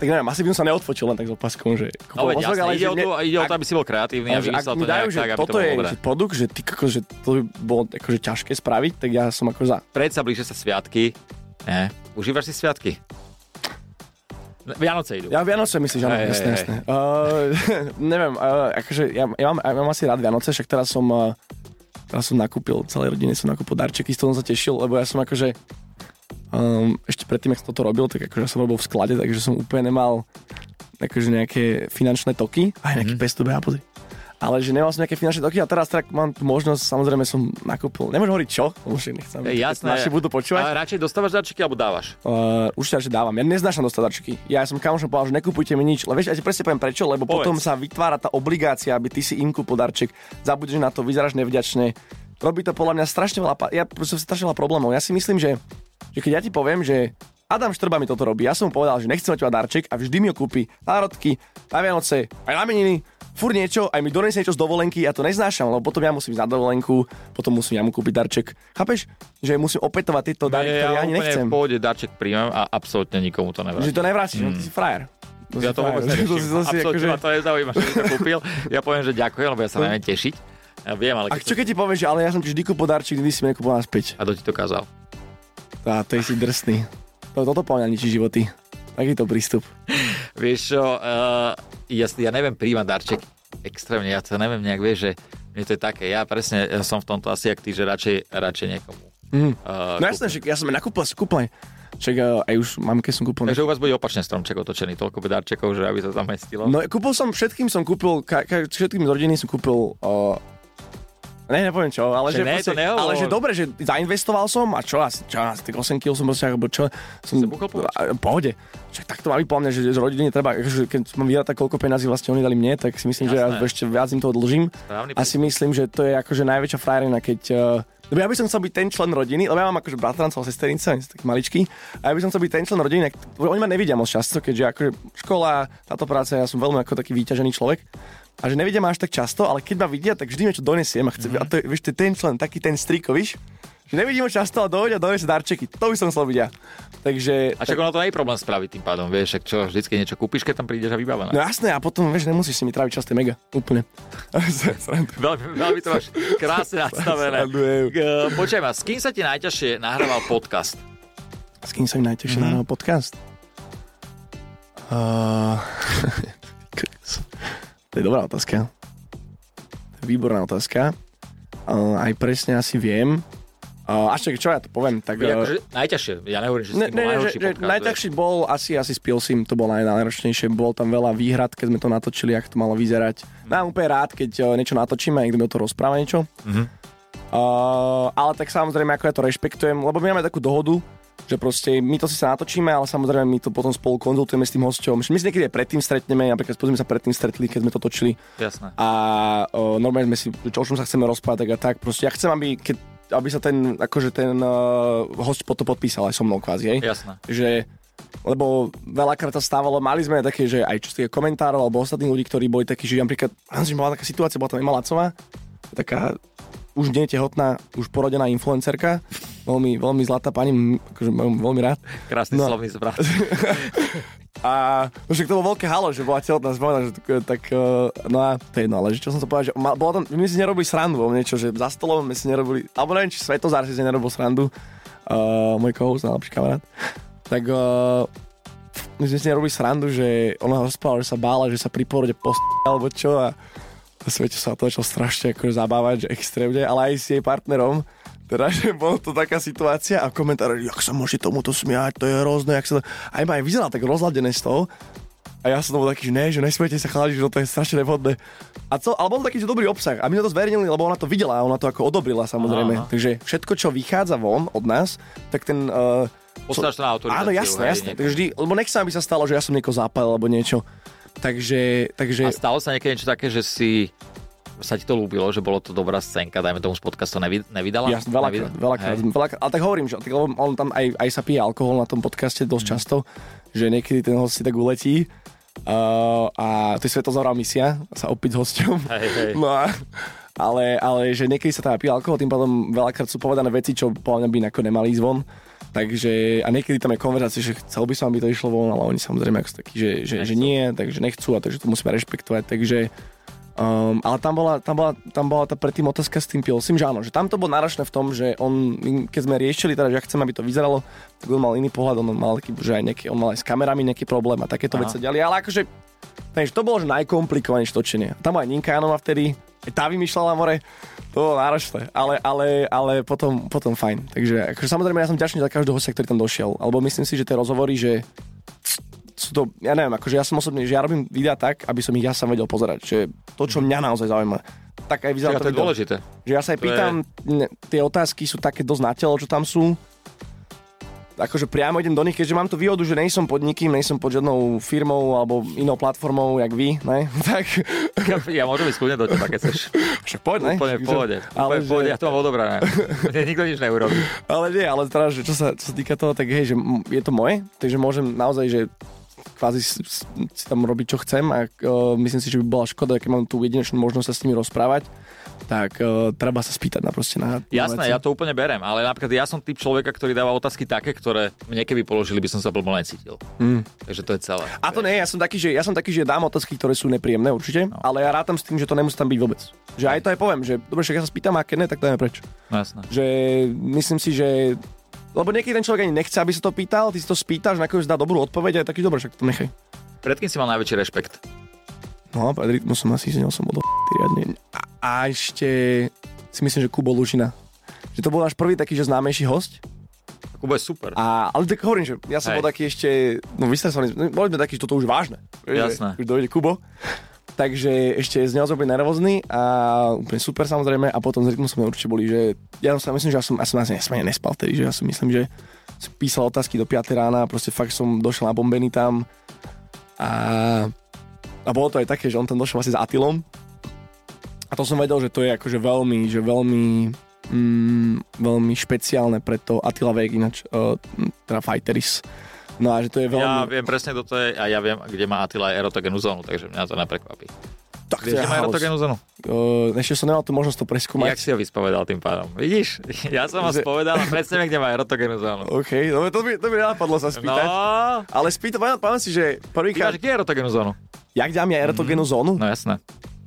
Speaker 2: tak neviem, asi by som sa neodfočil len tak s opaskom, že
Speaker 1: No
Speaker 2: kúpol
Speaker 1: veď
Speaker 2: mozog,
Speaker 1: jasné, ide, o
Speaker 2: mne-
Speaker 1: to, ide o
Speaker 2: ak-
Speaker 1: to, aby si bol kreatívny a
Speaker 2: ale že ak
Speaker 1: vymyslel to
Speaker 2: mi dajú,
Speaker 1: nejak
Speaker 2: že
Speaker 1: tak, aby to
Speaker 2: toto
Speaker 1: bolo
Speaker 2: je
Speaker 1: dobré.
Speaker 2: že produkt, že, ty, kokos, že to by bolo akože, ťažké spraviť, tak ja som ako za.
Speaker 1: Predsa blíže sa sviatky. Ne? Užívaš si sviatky? Vianoce idú.
Speaker 2: Ja Vianoce myslíš, áno,
Speaker 1: Hej,
Speaker 2: jasné,
Speaker 1: hej,
Speaker 2: jasné. Uh, neviem, uh, akože ja, ja, mám, ja mám asi rád Vianoce, však teraz som, uh, teraz som nakúpil, celej rodine som nakúpil darčeky, z toho som sa tešil, lebo ja som akože um, ešte predtým, ako som toto robil, tak akože ja som robil v sklade, takže som úplne nemal akože nejaké finančné toky, aj
Speaker 1: Mhm.
Speaker 2: nejaký mm. 500 BH, pozri. Ale že nemal som nejaké finančné toky a teraz tak mám tú možnosť, samozrejme som nakúpil, nemôžem hovoriť čo, lebo že nechcem,
Speaker 1: Je
Speaker 2: keď
Speaker 1: jasné.
Speaker 2: naši budú počúvať.
Speaker 1: A radšej dostávaš darčeky alebo dávaš?
Speaker 2: Uh, už ťa, že dávam. Ja neznášam dostať darčeky. Ja som kamošom povedal, že nekupujte mi nič. Lebo vieš, ja ti presne poviem prečo, lebo
Speaker 1: Povedz.
Speaker 2: Povedz. potom sa vytvára tá obligácia, aby ty si im kúpil darček. Zabudeš na to, vyzeráš nevďačne. Robí to podľa mňa strašne veľa, pa- ja som strašne veľa problémov. Ja si myslím, že, že keď ja ti poviem, že Adam Štrba mi toto robí, ja som mu povedal, že nechcem od teba darček a vždy mi ho kúpi národky, na Vianoce, aj na meniny, fur niečo, aj mi donesie niečo z dovolenky, ja to neznášam, lebo potom ja musím ísť na dovolenku, potom musím ja mu kúpiť darček. Chápeš? Že musím opätovať tieto dary, ktoré ja ani
Speaker 1: úplne
Speaker 2: nechcem.
Speaker 1: v pohode darček príjmem a absolútne nikomu to nevrátim.
Speaker 2: Že to nevrátiš, mm. ty si frajer. To
Speaker 1: Ja
Speaker 2: si
Speaker 1: to vôbec
Speaker 2: frajer.
Speaker 1: neriešim.
Speaker 2: si- si
Speaker 1: Absolútne
Speaker 2: akože-
Speaker 1: ma to nezaujíma, že si to kúpil. Ja poviem, že ďakujem, lebo ja sa neviem tešiť. Ja viem, ale
Speaker 2: A
Speaker 1: keď
Speaker 2: čo
Speaker 1: som...
Speaker 2: keď ti povieš, že ale ja som ti vždy kúpil darček, nikdy si mi nekúpil naspäť.
Speaker 1: A to ti to kázal.
Speaker 2: Á, to je si drsný. To, toto poľa ničí životy. Takýto prístup.
Speaker 1: Vieš čo, uh, ja, si- ja neviem príjmať darček extrémne, ja to neviem nejak, vieš, že mne to je také, ja presne ja som v tomto asi jak ty, že radšej, radšej niekomu.
Speaker 2: Mm.
Speaker 1: Uh,
Speaker 2: No jasné, že ja som nakúpil, si kúpil. Však eh, aj už mamke som kúpil.
Speaker 1: Takže u vás bude opačne stromček otočený, toľko by darčekov, že aby sa tam mestilo.
Speaker 2: No kúpil som, všetkým som kúpil, ka, ka, všetkým z rodiny som kúpil uh, ne, nepoviem čo, ale
Speaker 1: Že
Speaker 2: že,
Speaker 1: ne, to nehovor.
Speaker 2: ale že dobre, že zainvestoval som a čo, asi, čo, asi tých 8 kg som proste, alebo čo, som,
Speaker 1: Si buchol po
Speaker 2: a- pohode. Čak tak to má byť po mne, že z rodiny treba, že keď mám vyrátať, koľko peniazy vlastne oni dali mne, tak si myslím, že
Speaker 1: Jasné.
Speaker 2: ja ešte viac im toho dlžím.
Speaker 1: Správny
Speaker 2: A si myslím, že to je akože najväčšia frajerina, keď... Uh, lebo ja by som chcel byť ten člen rodiny, lebo ja mám akože bratrancov a sesternice, oni sú takí maličkí, a ja by som chcel byť ten člen rodiny, ak- oni ma nevidia moc často, keďže akože škola, táto práca, ja som veľmi ako taký výťažený človek. A že nevidia ma až tak často, ale keď ma vidia, tak vždy niečo donesiem a, chce, mm-hmm. a to je, vieš, to je ten člen, taký ten striko, víš? Že nevidím ho často, ale dojde a donesie darčeky. To by som chcel byť ja.
Speaker 1: A
Speaker 2: Takže...
Speaker 1: však ono to nie je problém spraviť tým pádom, vieš, však čo, vždycky niečo kúpiš, keď tam prídeš a vybavené.
Speaker 2: No jasné, a potom, vieš, nemusíš si mi tráviť čas, to je mega. Úplne. Srandujem.
Speaker 1: Veľmi, veľmi to máš krásne nastavené.
Speaker 2: Srandujem.
Speaker 1: K- Počkaj ma, s kým sa ti najťažšie nahrával podcast?
Speaker 2: S kým sa mi najtešil mm-hmm. na podcast? Uh... to je dobrá otázka. To je výborná otázka. Uh, aj presne asi viem. Uh, až tak, čo ja to poviem, tak...
Speaker 1: Veď
Speaker 2: uh,
Speaker 1: Akože, najťažšie, ja nehovorím, že s
Speaker 2: Ne,
Speaker 1: tým
Speaker 2: ne,
Speaker 1: bol
Speaker 2: ne,
Speaker 1: najhorší
Speaker 2: že, že
Speaker 1: podcast.
Speaker 2: najťažší bol asi, asi s Pilsim, to bolo naj- najnáročnejšie. Bol tam veľa výhrad, keď sme to natočili, ako to malo vyzerať. No, ja mám úplne rád, keď eh, niečo natočíme a niekto mi o to rozpráva niečo.
Speaker 1: Mhm.
Speaker 2: Uh, ale tak samozrejme, ako ja to rešpektujem, lebo my máme takú dohodu, že proste my to si sa natočíme, ale samozrejme my to potom spolu konzultujeme s tým hosťom. My si niekedy aj predtým stretneme, napríklad spolu sme sa predtým stretli, keď sme to točili
Speaker 1: Jasné.
Speaker 2: a o, normálne sme si, čo, o čom sa chceme rozprávať tak a tak. Proste ja chcem, aby, keď, aby sa ten, akože ten uh, host potom podpísal aj so mnou kvázi, hej?
Speaker 1: Jasné.
Speaker 2: že lebo veľakrát sa stávalo, mali sme také, že aj čo sa týka komentárov alebo ostatných ľudí, ktorí boli takí, že napríklad, áno, že bola taká situácia, bola tam Ema Lacová, taká už nie tehotná, už porodená influencerka, veľmi, veľmi zlatá pani, m- akože mám veľmi rád.
Speaker 1: Krásny
Speaker 2: No.
Speaker 1: slovný zvrat.
Speaker 2: A no však to bolo veľké halo, že bola tehotná, zvolená, že tak- tak, eh, no a to je jedno, ale že čo som to povedal, že ma, bola tam, my si nerobili srandu o niečo, že za stolom my si nerobili, alebo neviem, či Svetozár si z nej nerobil srandu, uh, môj kohous, najlepší kamarát, tak eh, my sme si nerobili srandu, že ona rozprávala, že sa bála, že sa pri porode post... alebo čo a Svete sa to začal strašne akože zabávať, že extrémne, ale aj s jej partnerom. Teda, že bolo to taká situácia a komentári, jak sa môže tomuto smiať, to je hrozné, jak sa to... A iba aj vyzerala tak rozladené z toho. A ja som to bol taký, že ne, že nesmiete sa chládiť, že to je strašne nevhodné. A co, ale bol to taký, že dobrý obsah. A my sme to zverejnili, lebo ona to videla a ona to ako odobrila samozrejme.
Speaker 1: Aha.
Speaker 2: Aha. Takže všetko, čo vychádza von od nás, tak ten... Uh,
Speaker 1: Postáš to na autorizáciu,
Speaker 2: Áno, jasné,
Speaker 1: hej,
Speaker 2: jasné.
Speaker 1: niekoho.
Speaker 2: Takže vždy, lebo nechcem, aby sa stalo, že ja som niekoho zapálil alebo niečo.
Speaker 1: A
Speaker 2: Takže, takže
Speaker 1: stalo sa niekedy niečo také, že si sa ti to ľúbilo, že bolo to dobrá scénka, dajme tomu z podcastu nevy, nevydala?
Speaker 2: ja veľakrát,
Speaker 1: Nevydala?
Speaker 2: veľakrát,
Speaker 1: Hej.
Speaker 2: veľakrát, ale tak hovorím, že tak, lebo on tam aj, aj sa pije alkohol na tom podcaste
Speaker 1: Mhm.
Speaker 2: dosť často, že niekedy ten host si tak uletí uh, a to je svetozorá misia, sa opiť s hosťom.
Speaker 1: Hej, hej.
Speaker 2: No a, ale, ale že niekedy sa tam pije alkohol, tým pádom veľakrát sú povedané veci, čo podľa mňa by ako nemali zvon. Takže, a niekedy tam je konverzácia, že chcel by som, aby to išlo von, ale oni samozrejme ako sú takí, že, že, že nie, takže nechcú a takže to musíme rešpektovať, takže Um, ale tam bola, tam, bola, tam bola tá predtým otázka s tým Pilsim, že áno, že tam to bolo náročné v tom, že on, keď sme riešili, teda, že ja chcem, aby to vyzeralo, tak on mal iný pohľad, on mal, taký, že aj nejaký, on mal aj s kamerami nejaký problém a
Speaker 1: Aha.
Speaker 2: takéto veci sa diali, ale akože, takže to bolo že najkomplikovanejšie točenie. Tam aj Ninka Janova vtedy, aj tá vymýšľala more, to bolo náročné, ale, ale, ale potom, potom fajn. Takže akože, samozrejme ja som ťačný za každého hostia, ktorý tam došiel, alebo myslím si, že tie rozhovory, že sú to, ja neviem, akože ja som osobne, že ja robím videá tak, aby som ich ja sám vedel pozerať, že to, čo mňa naozaj zaujíma. Tak aj vyzerá
Speaker 1: Ja, to je
Speaker 2: video.
Speaker 1: dôležité.
Speaker 2: Že ja sa
Speaker 1: To
Speaker 2: aj
Speaker 1: je-
Speaker 2: pýtam, ne, tie otázky sú také dosť na telo, čo tam sú. Akože priamo idem do nich, keďže mám tú výhodu, že nejsom pod nikým, nejsom pod žiadnou firmou alebo inou platformou, jak vy, ne? Tak,
Speaker 1: Ja, ja môžem ísť kľudne do teba, keď chceš.
Speaker 2: však poď, ne?
Speaker 1: Úplne v pohode. Úplne
Speaker 2: Ale,
Speaker 1: v pohode, ja to mám odobrané. Mne nikto nič neurobí.
Speaker 2: Ale nie, ale teraz, že čo sa, čo sa týka toho, tak hej, že m- je to moje, takže môžem naozaj, že kvázi s- s- si tam robiť, čo chcem a uh, myslím si, že by bola škoda, keď mám tú jedinečnú možnosť sa s nimi rozprávať, tak uh, treba sa spýtať na proste na...
Speaker 1: Jasné, ja to úplne berem, ale napríklad ja som typ človeka, ktorý dáva otázky také, ktoré mne keby položili, by som sa blbo necítil.
Speaker 2: Mm.
Speaker 1: Takže to je celé.
Speaker 2: A to nie, ja som taký, že, ja som taký, že dám otázky, ktoré sú nepríjemné určite, no. ale ja rátam s tým, že to nemusí tam byť vôbec. Že aj to aj poviem, že dobre, však ja sa spýtam, a keď ne, tak dajme preč.
Speaker 1: No, jasné.
Speaker 2: Že myslím si, že lebo niekedy ten človek ani nechce, aby sa to pýtal, ty si to spýtaš, nakoniec dá dobrú odpoveď a je taký dobre, však to nechaj.
Speaker 1: Pred kým si mal najväčší rešpekt?
Speaker 2: No, pred rytmu som asi znel som bol do riadne. A, a ešte si myslím, že Kubo Lužina. Že to bol náš prvý taký, že známejší host.
Speaker 1: Kubo je super.
Speaker 2: A, ale tak hovorím, že ja som
Speaker 1: Hej.
Speaker 2: bol taký ešte, no vystresovaný, no, boli sme takí, že toto už vážne. Že
Speaker 1: Jasné.
Speaker 2: Už dojde Kubo. Takže ešte z neho som bol nervózny a úplne super samozrejme a potom z rytmu sme určite boli, že ja som myslím, že ja som, ja som asi nesmene nespal vtedy, že ja som myslím, že som písal otázky do 5 rána, proste fakt som došiel nabombený tam a, a bolo to aj také, že on tam došiel asi s Atilom a to som vedel, že to je akože veľmi, že veľmi mm, veľmi špeciálne pre to Attila Vek ináč, uh, teda Fighteris. No a že to je
Speaker 1: Ja
Speaker 2: veľmi...
Speaker 1: viem presne, kto to je a ja viem, kde má Attila aj erotogenú zónu, takže mňa to neprekvapí.
Speaker 2: tak
Speaker 1: Vieš,
Speaker 2: to je
Speaker 1: kde má
Speaker 2: house.
Speaker 1: erotogenú zónu?
Speaker 2: Uh, ešte som nemal tú možnosť to preskúmať.
Speaker 1: Jak si ho vyspovedal tým pádom? Vidíš? Ja som vás
Speaker 2: Že-
Speaker 1: povedal a presne viem, kde má erotogenú zónu.
Speaker 2: OK, no, to by, to by napadlo sa
Speaker 1: No,
Speaker 2: spýtať. Ale spýtam, pamätám si, že
Speaker 1: ty máš
Speaker 2: prvýkrát,
Speaker 1: kde erotogenú zónu?
Speaker 2: jak dám ja erotogénu zónu,
Speaker 1: No jasné.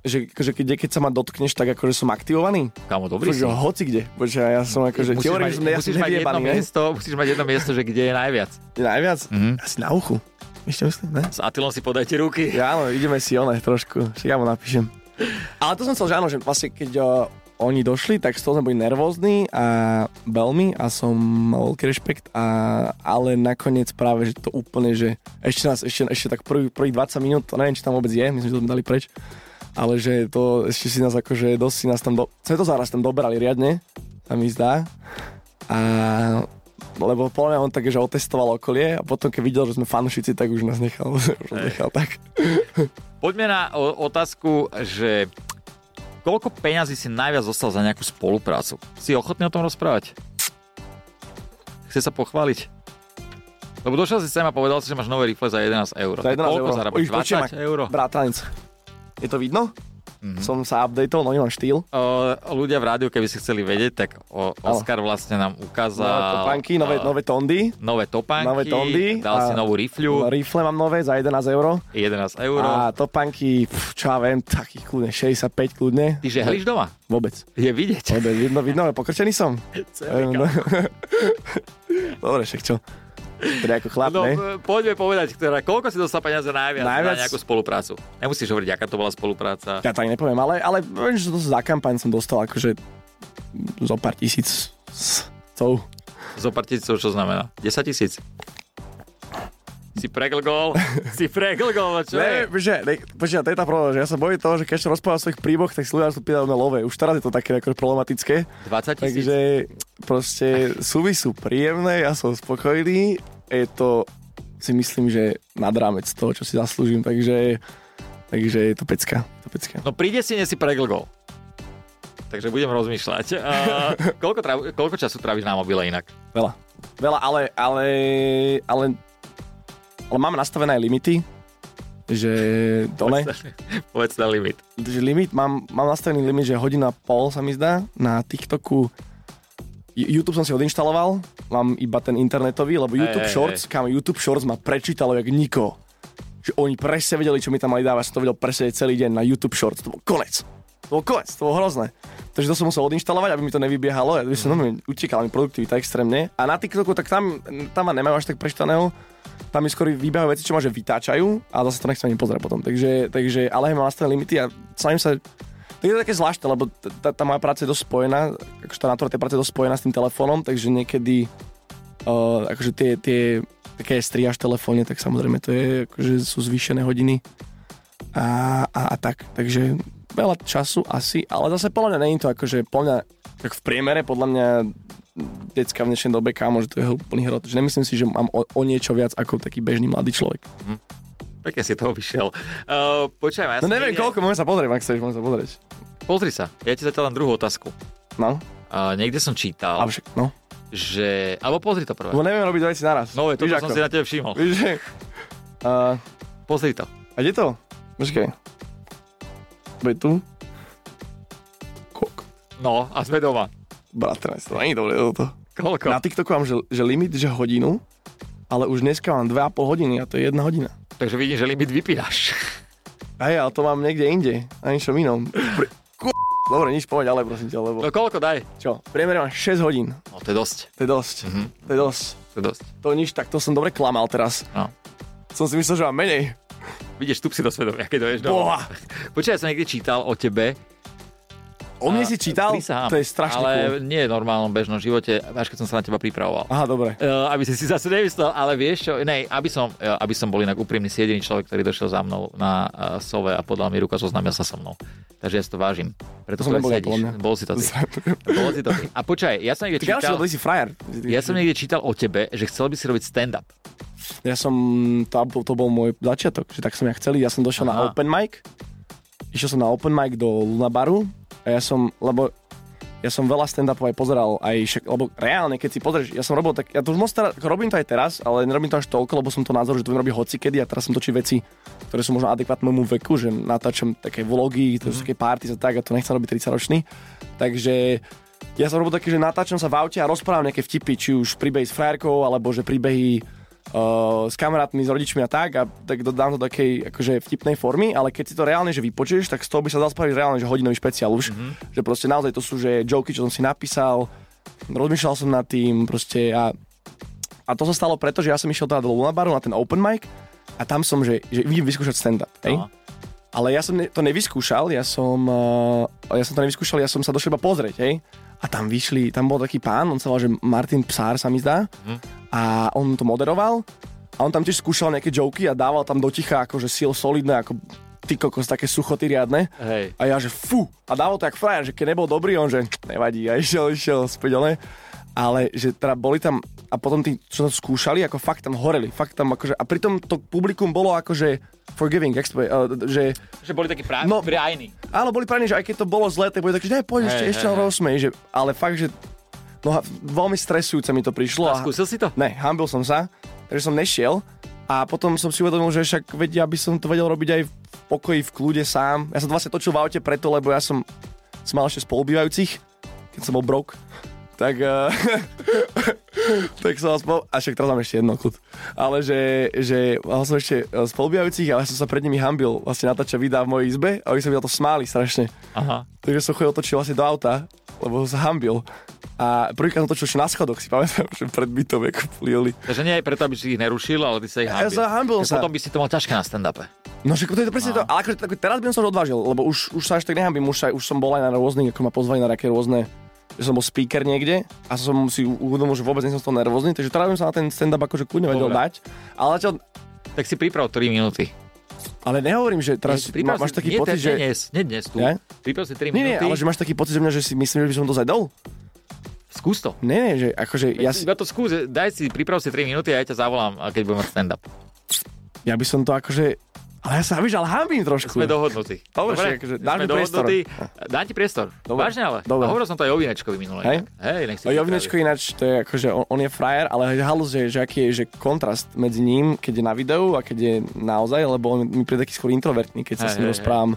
Speaker 2: že, že keď, keď sa ma dotkneš, tak akože som aktivovaný.
Speaker 1: Kamo, dobrý si.
Speaker 2: Že hoci kde. Bože, ja som akože
Speaker 1: Musíš
Speaker 2: teóriu,
Speaker 1: mať,
Speaker 2: že som ja som
Speaker 1: musíš mať jedno
Speaker 2: neviebaný, ne?
Speaker 1: miesto, musíš mať jedno miesto, že kde je najviac.
Speaker 2: Najviac?
Speaker 1: Mhm.
Speaker 2: Asi na uchu. Ešte myslím, ne?
Speaker 1: S Atilom si podajte ruky.
Speaker 2: Ja, áno, ideme si one trošku, však ja mu napíšem. Ale to som chcel, že áno, že vlastne keď o, oni došli, tak z toho sme boli nervózni a veľmi a som mal veľký rešpekt, a, ale nakoniec práve, že to úplne, že ešte nás, ešte, ešte tak prvý, prvých 20 minút, to neviem, či tam vôbec je, myslím, že to sme dali preč, ale že to ešte si nás akože dosť si nás tam, do, sme to zaraz tam dobrali riadne, tam mi zdá. A lebo podľa mňa on také, že otestoval okolie a potom keď videl, že sme fanúšici, tak už nás nechal, už nás nechal tak.
Speaker 1: Poďme na o- otázku, že koľko peňazí si najviac dostal za nejakú spoluprácu? Si ochotný o tom rozprávať? Chce sa pochváliť? Lebo došiel si sem a povedal si, že máš nové rifle za 11 eur.
Speaker 2: Za 11
Speaker 1: koľko
Speaker 2: eur.
Speaker 1: zarábaš?
Speaker 2: Už počujem,
Speaker 1: 20 eur?
Speaker 2: Bratranec. Je to vidno?
Speaker 1: Mhm.
Speaker 2: Mm-hmm. Som sa updateol, no nemám štýl.
Speaker 1: O, ľudia v rádiu, keby si chceli vedieť, tak o, Oskar vlastne nám ukázal
Speaker 2: Nové topánky, nové,
Speaker 1: o,
Speaker 2: nové tondy.
Speaker 1: nové topánky,
Speaker 2: nové tondy
Speaker 1: dal si
Speaker 2: a-
Speaker 1: novú rifľu,
Speaker 2: Rifle mám nové za 11 eur.
Speaker 1: 11 eur.
Speaker 2: A topánky, pf, čo ja viem, takých kľudne, 65 kľudne.
Speaker 1: Ty žehliš doma?
Speaker 2: Vôbec.
Speaker 1: Je vidieť.
Speaker 2: Vôbec, vidno, vidno, pokrčený som. Ehm, no. Dobre, však čo. Teda ako chlap,
Speaker 1: No,
Speaker 2: ne?
Speaker 1: p- poďme povedať, ktorá, koľko si dostal peniaze najviac, najviac
Speaker 2: Najviac?
Speaker 1: za nejakú spoluprácu. Nemusíš hovoriť, aká to bola spolupráca.
Speaker 2: Ja to ani nepoviem, ale, ale viem, že to za kampaň som dostal akože zo pár tisíc s tou.
Speaker 1: Zopár tisícov, čo znamená? 10 tisíc. Si preglgol, si preglgol, čo je?
Speaker 2: Ne, že, ne, počkaj, to je tá problém, že ja sa bojím toho, že keď sa rozprávam o svojich príboch, tak si ľudia sú pýtajú na love. Už teraz je to také akože problematické.
Speaker 1: 20 tisíc.
Speaker 2: Takže proste súvy sú príjemné, ja som spokojný. Je to, si myslím, že nad rámec toho, čo si zaslúžim, takže, takže je to pecka. Je to pecka.
Speaker 1: No príde si, nie si preglgol. Takže budem rozmýšľať. A, koľko, trav, koľko času tráviš na mobile inak?
Speaker 2: Veľa. Veľa, ale, ale, ale, ale mám nastavené aj limity, že to ne.
Speaker 1: Povedz na limit.
Speaker 2: Takže limit, mám, mám nastavený limit, že hodina a pol sa mi zdá na TikToku YouTube som si odinštaloval, mám iba ten internetový, lebo
Speaker 1: hej,
Speaker 2: YouTube Shorts, kam YouTube Shorts ma prečítalo jak niko. Že oni presne vedeli, čo mi tam mali dávať, som to vedel presne celý deň na YouTube Shorts, to bol konec. To bol konec, to bolo hrozné. Takže to som musel odinštalovať, aby mi to nevybiehalo, ja by som normálne utekal mi produktivita extrémne. A na TikToku, tak tam, tam ma nemajú až tak prečítaného, tam mi skôr vybehajú veci, čo ma že vytáčajú a zase to nechcem ani pozerať potom. Takže, takže ale hej, mám nastavené limity a snažím sa tak je to také zvláštne, lebo t- tá, tá moja práca je dosť spojená, akože tá natura tej práce je dosť spojená s tým telefónom, takže niekedy uh, akože tie, tie také striaž telefóne, tak samozrejme to je, akože sú zvýšené hodiny a, a, a tak, takže veľa času asi, ale zase podľa mňa není to akože, podľa mňa, tak v priemere podľa mňa decka v dnešnej dobe, kámo, že to je úplný hrot, že nemyslím si, že mám o, o niečo viac ako taký bežný mladý človek.
Speaker 1: Pekne si to obišiel. Uh, počkaj, ma, ja
Speaker 2: No
Speaker 1: som
Speaker 2: neviem
Speaker 1: niekde-
Speaker 2: koľko, môžem sa pozrieť, ak chceš, môžem sa pozrieť.
Speaker 1: Pozri sa, ja ti zatiaľ len druhú otázku.
Speaker 2: No,
Speaker 1: Uh, niekde som čítal,
Speaker 2: ale však, no.
Speaker 1: že... Alebo pozri to prvé.
Speaker 2: Lebo neviem robiť dve veci naraz.
Speaker 1: No, je to, čo
Speaker 2: Víš
Speaker 1: som
Speaker 2: ako?
Speaker 1: si na tebe všimol.
Speaker 2: Víš, že... Uh,
Speaker 1: Pozri to.
Speaker 2: a kde to? Počkej. To je tu? Kok.
Speaker 1: No, a sme doma.
Speaker 2: Bratranec, to není dobre toto.
Speaker 1: Koľko?
Speaker 2: Na TikToku mám, že, že limit, že hodinu, ale už dneska mám 2,5 hodiny a to je 1 hodina.
Speaker 1: Takže vidím, že limit vypínaš.
Speaker 2: A ja, ale to mám niekde inde, na niečom inom. Pri... Ku- Dobre, nič povedať, ale prosím ťa, lebo...
Speaker 1: No koľko daj?
Speaker 2: Čo, v priemere mám 6 hodín.
Speaker 1: No to je dosť.
Speaker 2: To je dosť.
Speaker 1: Mhm.
Speaker 2: Mm-hmm. To je dosť.
Speaker 1: To je dosť.
Speaker 2: To nič, tak to som dobre klamal teraz.
Speaker 1: No.
Speaker 2: Som si myslel, že mám menej.
Speaker 1: Vidíš, tu si do svedomia, keď doješ doma.
Speaker 2: Boha.
Speaker 1: Počkaj, ja som niekde čítal o tebe.
Speaker 2: O
Speaker 1: A-
Speaker 2: mne si čítal?
Speaker 1: Prísahám,
Speaker 2: To je strašne
Speaker 1: Ale
Speaker 2: cool.
Speaker 1: nie v normálnom bežnom živote, až keď som sa na teba pripravoval.
Speaker 2: Aha, dobre.
Speaker 1: E, aby si si zase nemyslel, ale vieš čo, nej, aby som, e, aby som bol inak úprimný, si jediný človek, ktorý došiel za mnou na e, sove a podal mi ruku a zoznámil sa so mnou. Takže ja si to vážim. Preto
Speaker 2: To som
Speaker 1: tu aj
Speaker 2: nebol ja,
Speaker 1: sedíš.
Speaker 2: podľa mňa.
Speaker 1: Bol si to ty. Bol si to ty. A počkaj, ja som niekde
Speaker 2: Ty kámo,
Speaker 1: čítal,
Speaker 2: ty si frajer.
Speaker 1: ja som niekde čítal o tebe, že chcel by si robiť stand-up.
Speaker 2: ja som to, to bol môj začiatok, že tak som ja chcel, ja som došiel na
Speaker 1: Aha.
Speaker 2: open mic, išiel som na open mic do Luna Baru a ja som, lebo ja som veľa stand-upov aj pozeral, aj však, lebo reálne, keď si pozrieš, ja som robil tak, ja to už moc teraz, robím to aj teraz, ale nerobím to až toľko, lebo som to názor, že to robí hoci kedy a teraz som točí veci, ktoré sú možno adekvátne môjmu veku, že natáčam také vlogy, to sú také party a tak a to nechcem robiť 30 ročný. Takže ja som robil taký, že natáčam sa v aute a rozprávam nejaké vtipy, či už príbehy s frajerkou, alebo že príbehy uh, s kamarátmi, s rodičmi a tak, a tak dodám to do takej akože vtipnej formy, ale keď si to reálne že vypočuješ, tak z toho by sa dal spraviť reálne že hodinový špeciál už. Mm-hmm. Že proste naozaj to sú že joky, čo som si napísal, rozmýšľal som nad tým proste a, a to sa stalo preto, že ja som išiel teda do Lunabaru na ten open mic a tam som, že, že idem vyskúšať stand-up. hej?
Speaker 1: No.
Speaker 2: Ale ja som ne- to nevyskúšal, ja som, uh, ja som to nevyskúšal, ja som sa došiel iba pozrieť, hej. A tam vyšli, tam bol taký pán, on sa volal, že Martin Psár sa mi zdá. A on to moderoval a on tam tiež skúšal nejaké joky a dával tam do ticha akože síl solidné, ako ty kokos, také suchoty riadne.
Speaker 1: Hej.
Speaker 2: A ja, že fú. A dával to jak frajer, že keď nebol dobrý, on že nevadí. A išiel, išiel späť ale. Ale že teda boli tam, a potom tí, čo to skúšali, ako fakt tam horeli. Fakt tam akože, a pritom to publikum bolo akože forgiving, expo- uh, že
Speaker 1: Že boli takí prá-
Speaker 2: No.
Speaker 1: priajní.
Speaker 2: Áno, boli prajní, že aj keď to bolo zlé, tak boli takí, že ne, poď ešte,
Speaker 1: Hej,
Speaker 2: ešte
Speaker 1: hej,
Speaker 2: len
Speaker 1: hej.
Speaker 2: rozsmej, že, ale fakt, že no, ha- veľmi stresujúce mi to prišlo.
Speaker 1: A skúsil si to?
Speaker 2: Ne, hambil som sa, takže som nešiel a potom som si uvedomil, že však vedia, by som to vedel robiť aj v pokoji, v kľude sám. Ja som to vlastne točil v aute preto, lebo ja som, som mal ešte spolubývajúcich, keď som bol broke. Tak, uh, tak som mal spol... A však teraz mám ešte jedno kľud. Ale že, že mal som ešte eh, spolubývajúcich, ale som sa pred nimi hambil. Vlastne natáča videa v mojej izbe a oni sa mi na to smáli strašne.
Speaker 1: Aha.
Speaker 2: Takže som chodil točil vlastne do auta, lebo som sa hambil. A prvýkrát som točil ešte na schodoch, si pamätám, že pred bytom ako plieli.
Speaker 1: Takže nie aj preto, aby si ich nerušil, ale ty sa ich
Speaker 2: Ja
Speaker 1: hambil.
Speaker 2: sa hambil
Speaker 1: Tak
Speaker 2: sa.
Speaker 1: Potom by si to mal ťažké na stand-upe.
Speaker 2: No však to je to presne to, ale akože, tak, teraz by som sa už odvážil, lebo už, už sa až tak nehambím, už, sa, už som bol aj na rôznych, ako ma pozvali na také rôzne, že som bol speaker niekde a som si uvedomil, že vôbec nie som z toho nervózny, takže teraz by som sa na ten stand-up akože kľudne vedel
Speaker 1: Dobre.
Speaker 2: dať, ale zatiaľ,
Speaker 1: Tak si priprav 3 minúty.
Speaker 2: ale nehovorím, že teraz
Speaker 1: Si priprav
Speaker 2: má, máš
Speaker 1: si-
Speaker 2: taký
Speaker 1: nie,
Speaker 2: pocit,
Speaker 1: te-
Speaker 2: že...
Speaker 1: Nie dnes, nie dnes tu.
Speaker 2: Ne?
Speaker 1: Priprav si 3
Speaker 2: Nie,
Speaker 1: minúty.
Speaker 2: nie, ale že máš taký pocit, že mňa, že si myslím, že by som to zajadol?
Speaker 1: Skús to.
Speaker 2: Nie, nie, že akože
Speaker 1: Ja
Speaker 2: ja,
Speaker 1: si...
Speaker 2: si-
Speaker 1: Iba to skús, daj si, priprav si 3 minúty a ja ťa zavolám, a keď budem mať stand-up.
Speaker 2: ja by som to akože... Ale ja sa, víš, ale hambím trošku.
Speaker 1: Sme dohodnutí.
Speaker 2: Dobre, však, že dáš
Speaker 1: Sme
Speaker 2: mi priestor.
Speaker 1: dohodnutí. Dám ti priestor.
Speaker 2: Dobre.
Speaker 1: Vážne ale.
Speaker 2: Dobre.
Speaker 1: A hovoril som to aj o Vinečkovi minule.
Speaker 2: Hej?
Speaker 1: inak. Hej, nech si
Speaker 2: A Jovinečko ináč, to je akože, on, on je frajer, ale halus je, že aký je že kontrast medzi ním, keď je na videu a keď je naozaj, lebo on mi príde taký skôr introvertný, keď sa
Speaker 1: Hej,
Speaker 2: s ním
Speaker 1: hej,
Speaker 2: rozprávam.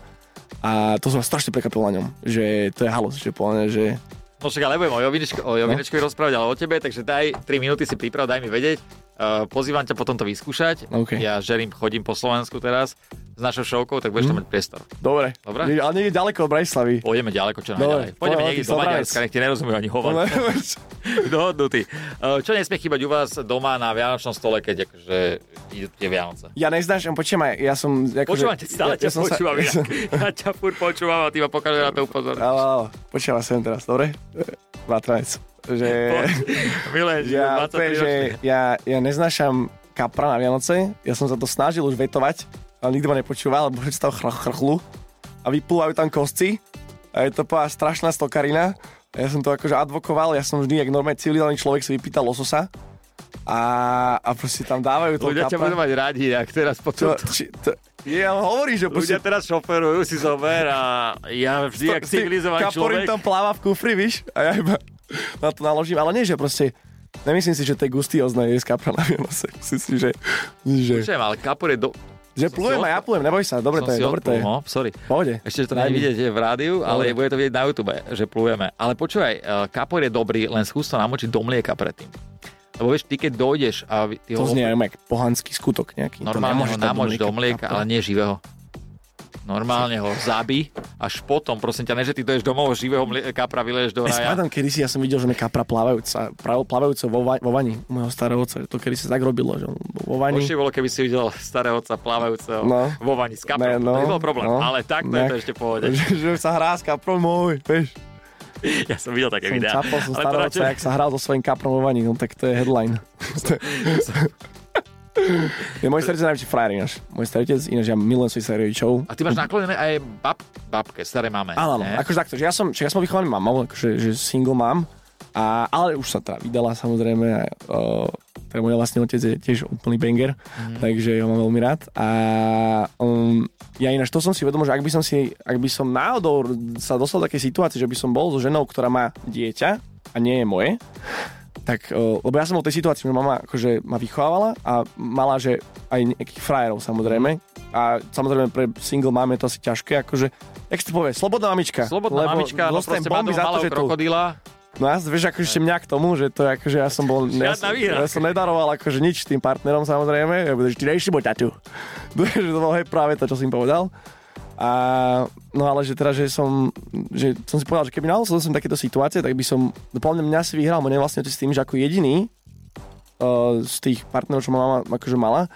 Speaker 2: A to som strašne prekvapil na ňom, že to je halus, že povedané, že
Speaker 1: No však ale budem o, Jovinečko, o
Speaker 2: No.
Speaker 1: Jovinečkovi rozprávať, ale o tebe, takže daj 3 minúty si príprav, daj mi vedieť. Uh, pozývam ťa potom to vyskúšať.
Speaker 2: OK.
Speaker 1: Ja žerím, chodím po Slovensku teraz s našou šovkou, tak budeš mm. tam mať
Speaker 2: Mhm.
Speaker 1: priestor.
Speaker 2: Dobre.
Speaker 1: Dobre.
Speaker 2: Nie- Ale niekde ďaleko od Brajslavy.
Speaker 1: Pôjdeme ďaleko, čo
Speaker 2: Dobre,
Speaker 1: najďalej. Pôjdeme
Speaker 2: poďme,
Speaker 1: niekde
Speaker 2: ty
Speaker 1: do
Speaker 2: sa
Speaker 1: Maďarska, nech ti nerozumejú ani hovor. Dohodnutý. Uh, Čo nesmie chýbať u vás doma na Vianočnom stole, keď akože idú tie Vianoce?
Speaker 2: Ja neznášam, počúvaj, ja som... akože- Ako,
Speaker 1: Počúvam ťa stále, ja, ťa počúvam. Ja, ja ťa furt počúvam a ty ma pokaždé na to upozorňujem.
Speaker 2: Áno, počúvaj sem teraz, dobre? Bratranec. Že...
Speaker 1: Milen,
Speaker 2: Ja,
Speaker 1: ja,
Speaker 2: to je, že
Speaker 1: 23 ročný.
Speaker 2: ja, ja neznášam kapra na Vianoce, ja som sa to snažil už vetovať, ale nikto ma nepočúval, lebo všetci tam chr- chrchlu a vyplúvajú tam kostci a je to povedá strašná stokarina. A Ja som to akože advokoval, ja som vždy, jak normálne civilizovaný človek si vypýtal lososa a, a proste tam dávajú toho
Speaker 1: Ľudia ťa budú
Speaker 2: kapra.
Speaker 1: mať radi, ak teraz
Speaker 2: To,
Speaker 1: počujem to.
Speaker 2: či, to, ja hovorím, že proste
Speaker 1: Ľudia teraz šoferujú, si zober a ja vždy, jak
Speaker 2: s tým
Speaker 1: civilizovaný
Speaker 2: kaporim
Speaker 1: človek,
Speaker 2: tam pláva v kufri, víš? A ja iba na to naložím, ale nie, že proste Nemyslím si, že to je gustiózne jesť kapra na Vianose. Myslím si, že, že,
Speaker 1: Počujem, ale kapor je do...
Speaker 2: že plujem a ja plujem, neboj sa, dobre
Speaker 1: Som
Speaker 2: to je,
Speaker 1: si
Speaker 2: dobre to je.
Speaker 1: odplul, No, sorry.
Speaker 2: Pohode.
Speaker 1: Ešte že to nie
Speaker 2: Daj mi.
Speaker 1: vidíte v rádiu, ale
Speaker 2: Dobre.
Speaker 1: bude to vidieť na YouTube, že plujeme. Ale počúvaj, e, kapor je dobrý, len skús to namočiť do mlieka predtým. Lebo vieš, ty keď dojdeš a vy- ty
Speaker 2: To
Speaker 1: ho
Speaker 2: znie jak pohanský skutok nejaký. To
Speaker 1: normálne ho
Speaker 2: nemôžeš dať
Speaker 1: namoč do mlieka, ale nie živého. Normálne ho zabí, až potom, prosím ťa, ne, že ty dojdeš domov živého mlie- kapra, vyleješ do
Speaker 2: Ja si
Speaker 1: raja.
Speaker 2: pamätám, kedy si ja som videl, že mi kapra plávajúca, prav- plávajúca vo, va- vo vani u môjho starého otca. To kedy sa tak robilo, že on bol vo vani.
Speaker 1: Horšie bolo, keby si videl starého otca plávajúceho
Speaker 2: No.
Speaker 1: vo vani s kaprom.
Speaker 2: Ne, no,
Speaker 1: to by bol problém,
Speaker 2: no,
Speaker 1: ale takto je to
Speaker 2: ne.
Speaker 1: ešte v pohode.
Speaker 2: Že, že sa hrá s kaprom môj, vieš.
Speaker 1: Ja som videl také
Speaker 2: Som
Speaker 1: videá.
Speaker 2: capol som
Speaker 1: Teda, Ale to
Speaker 2: starého
Speaker 1: radšej-
Speaker 2: otca, jak sa hral so svojím kapromovaním, no tak to je headline. je môj starec je najväčší frajer ináč. Môj starec, ináč ja milujem svojich rodičov.
Speaker 1: A ty máš naklonené aj bab, babke, staré máme.
Speaker 2: Áno, áno,
Speaker 1: ne?
Speaker 2: akože takto, že ja som, že ja som vychovaný mamou, akože že single mám, a, ale už sa teda vydala samozrejme, a, o, teda môj vlastný otec je tiež úplný banger, mm. takže ho mám veľmi rád. A um, ja ináč to som si vedomil, že ak by som, si, ak by som náhodou sa dostal do takej situácie, že by som bol so ženou, ktorá má dieťa a nie je moje, tak, o, lebo ja som bol v tej situácii, že mama akože ma vychovávala a mala, že aj nejakých frajerov samozrejme. A samozrejme pre single mám je to asi ťažké, akože, jak si to povie, slobodná mamička.
Speaker 1: Slobodná
Speaker 2: lebo
Speaker 1: mamička, no
Speaker 2: dostanem
Speaker 1: proste má toho
Speaker 2: bomby za to,
Speaker 1: malého
Speaker 2: že tu.
Speaker 1: krokodíla.
Speaker 2: No ja, vieš, akože ešte mňa k tomu, že to je akože ja som bol... ja,
Speaker 1: Žiadna
Speaker 2: som,
Speaker 1: výhra.
Speaker 2: ja som nedaroval akože nič tým partnerom samozrejme, ja budem, že ty nejši môj tatu. že to bolo hej, práve to, čo som im povedal. A, no ale že teda, že som, že som si povedal, že keby naozaj som takéto situácie, tak by som, no podľa mňa si vyhral, môj nevlastne s tým, že ako jediný uh, z tých partnerov, čo ma mama akože mala,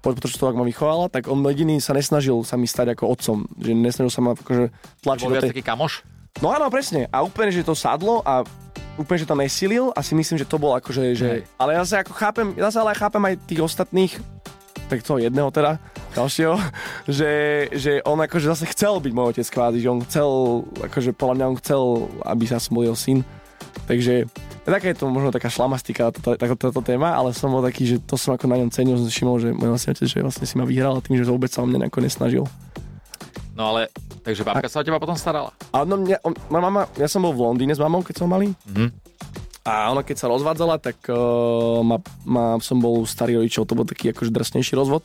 Speaker 2: po po to, čo to ma vychovala, tak on jediný sa nesnažil sa mi stať ako otcom, že nesnažil sa ma akože tlačiť
Speaker 1: Bol
Speaker 2: do
Speaker 1: viac
Speaker 2: tej...
Speaker 1: taký kamoš.
Speaker 2: No áno, presne. A úplne, že to sadlo a úplne, že to nesilil a si myslím, že to bolo akože, že...
Speaker 1: Hej.
Speaker 2: Ale ja sa ako chápem, ja sa ale chápem aj tých ostatných, tak toho jedného teda, ďalšieho, že, že on akože zase chcel byť môj otec kvázi, že on chcel, akože podľa mňa on chcel, aby sa som bol jeho syn. Takže taká je to možno taká šlamastika, táto, táto, táto téma, ale som bol taký, že to som ako na ňom cenil, som si všimol, že môj vlastne otec, že vlastne si ma vyhral a tým, že vôbec sa o mňa nejako nesnažil.
Speaker 1: No ale, takže babka sa o teba potom starala.
Speaker 2: A no, mňa, on, moja mama, ja som bol v Londýne s mamou, keď som malý.
Speaker 1: Mhm.
Speaker 2: A ona keď sa rozvádzala, tak uh, ma, ma, som bol u starých rodičov, to bol taký akože drsnejší rozvod.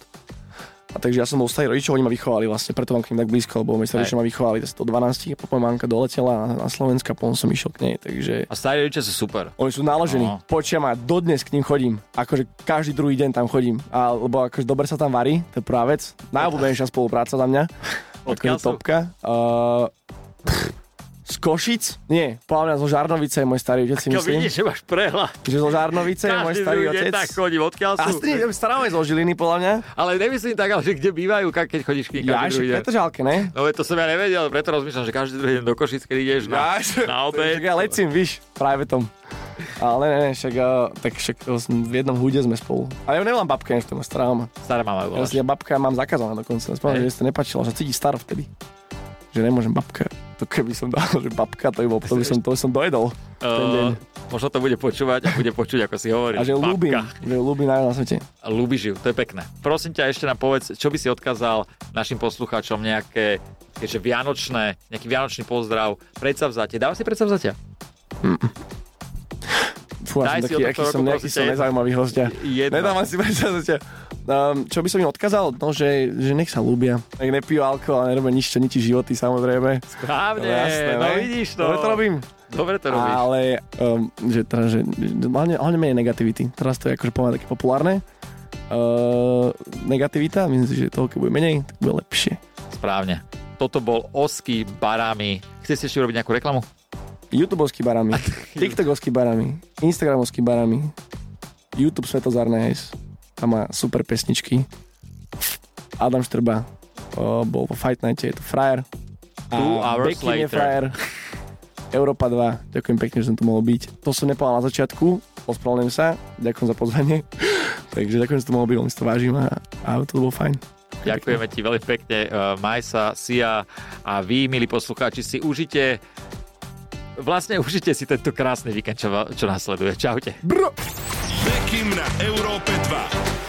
Speaker 2: A takže ja som bol u starých rodičov, oni ma vychovali vlastne, preto mám k nim tak blízko, lebo moji
Speaker 1: Aj.
Speaker 2: starí rodičia ma vychovali, to do 12, potom mamka doletela na, na Slovenska, potom som išiel k nej, takže...
Speaker 1: A starí rodičia sú super.
Speaker 2: Oni sú naložení.
Speaker 1: No.
Speaker 2: No. Počia ma, dodnes k ním chodím. Akože každý druhý deň tam chodím. A, lebo akože dobre sa tam varí, to je prvá vec. Najobľúbenejšia spolupráca za mňa.
Speaker 1: Odkiaľ
Speaker 2: akože
Speaker 1: sú?
Speaker 2: topka. Uh, z Košic? Nie, podľa mňa zo Žarnovice je môj starý otec, si
Speaker 1: Keď
Speaker 2: myslím.
Speaker 1: vidíš, že máš prehľad.
Speaker 2: Že zo Žarnovice je môj
Speaker 1: Každý
Speaker 2: starý
Speaker 1: druhý deň
Speaker 2: otec.
Speaker 1: tak chodím, odkiaľ
Speaker 2: A
Speaker 1: sú.
Speaker 2: stri- stará je zo Žiliny, podľa mňa.
Speaker 1: Ale nemyslím tak, ale že kde bývajú, ka- keď chodíš k ním každý
Speaker 2: Ja ešte
Speaker 1: druhý deň.
Speaker 2: preto žalke, ne?
Speaker 1: No veď to som ja nevedel, preto rozmýšľam, že každý druhý deň do Košic, keď ideš na,
Speaker 2: ešte-
Speaker 1: na obed.
Speaker 2: Tak ja lecím, víš, práve tom. Ale ne, ne, však, uh, tak však uh, v jednom húde sme spolu. Ale ja nemám babka, než to má stará mama.
Speaker 1: Stará mama ju
Speaker 2: Ja,
Speaker 1: voláš.
Speaker 2: si- ja babka mám zakázaná dokonca.
Speaker 1: Hej.
Speaker 2: Spomínam, že si to nepáčilo, že cíti star vtedy. Že nemôžem babka. To keby som dal, že babka, to by, bol, to by som, to by som dojedol. ten deň.
Speaker 1: Eh, Možno to bude počúvať a bude počuť, ako si hovorí.
Speaker 2: A že ju ľúbim, že ju ľúbim najviac na svete.
Speaker 1: Ľúbiš ju, to je pekné. Prosím ťa ešte nám povedz, čo by si odkázal našim poslucháčom nejaké keďže vianočné, nejaký vianočný pozdrav, predsavzatie. Dáva si predsavzatia?
Speaker 2: Fú, ja
Speaker 1: Daj si
Speaker 2: som taký,
Speaker 1: od tohto
Speaker 2: aký som
Speaker 1: roku, prosím
Speaker 2: nejaký som
Speaker 1: ťa, jedno.
Speaker 2: nezaujímavý hostia.
Speaker 1: Jedno.
Speaker 2: Nedám asi prečo Um, čo by som im odkázal? No, že, že nech sa ľúbia. Nech nepijú alkohol a nerobia nič, čo ničí životy, samozrejme.
Speaker 1: Správne,
Speaker 2: No jasné,
Speaker 1: no
Speaker 2: ne?
Speaker 1: vidíš to.
Speaker 2: Dobre to robím.
Speaker 1: Dobre to robíš.
Speaker 2: Ale um, že, teda, že, hlavne, hlavne menej negativity. Teraz to je akože pomáha také populárne. Uh, negativita, myslím si, že toho, keď bude menej, tak bude lepšie.
Speaker 1: Správne. Toto bol Osky Barami. Chcete si ešte urobiť nejakú reklamu?
Speaker 2: YouTubeovský barami, TikTokovský barami, Instagramovský barami, YouTube Svetozar Nehejs, tam má super pesničky. Adam Štrba o, bol vo Fight Nighte, je to frajer.
Speaker 1: Two hours
Speaker 2: Bekim je
Speaker 1: later.
Speaker 2: frajer. Európa 2, ďakujem pekne, že som tu mohol byť. To som nepovedal na začiatku, ospravedlňujem sa, ďakujem za pozvanie. Takže ďakujem, že som tu mohol byť, veľmi si to vážim a, a to bolo fajn.
Speaker 1: Ďakujeme ti veľmi pekne. Eh, Maj sa, Sia a vy, milí poslucháči, si užite vlastne užite si tento krásny víkend, čo, va- čo následuje. Čaute.
Speaker 2: Bro!
Speaker 3: Bekim na Európe 2.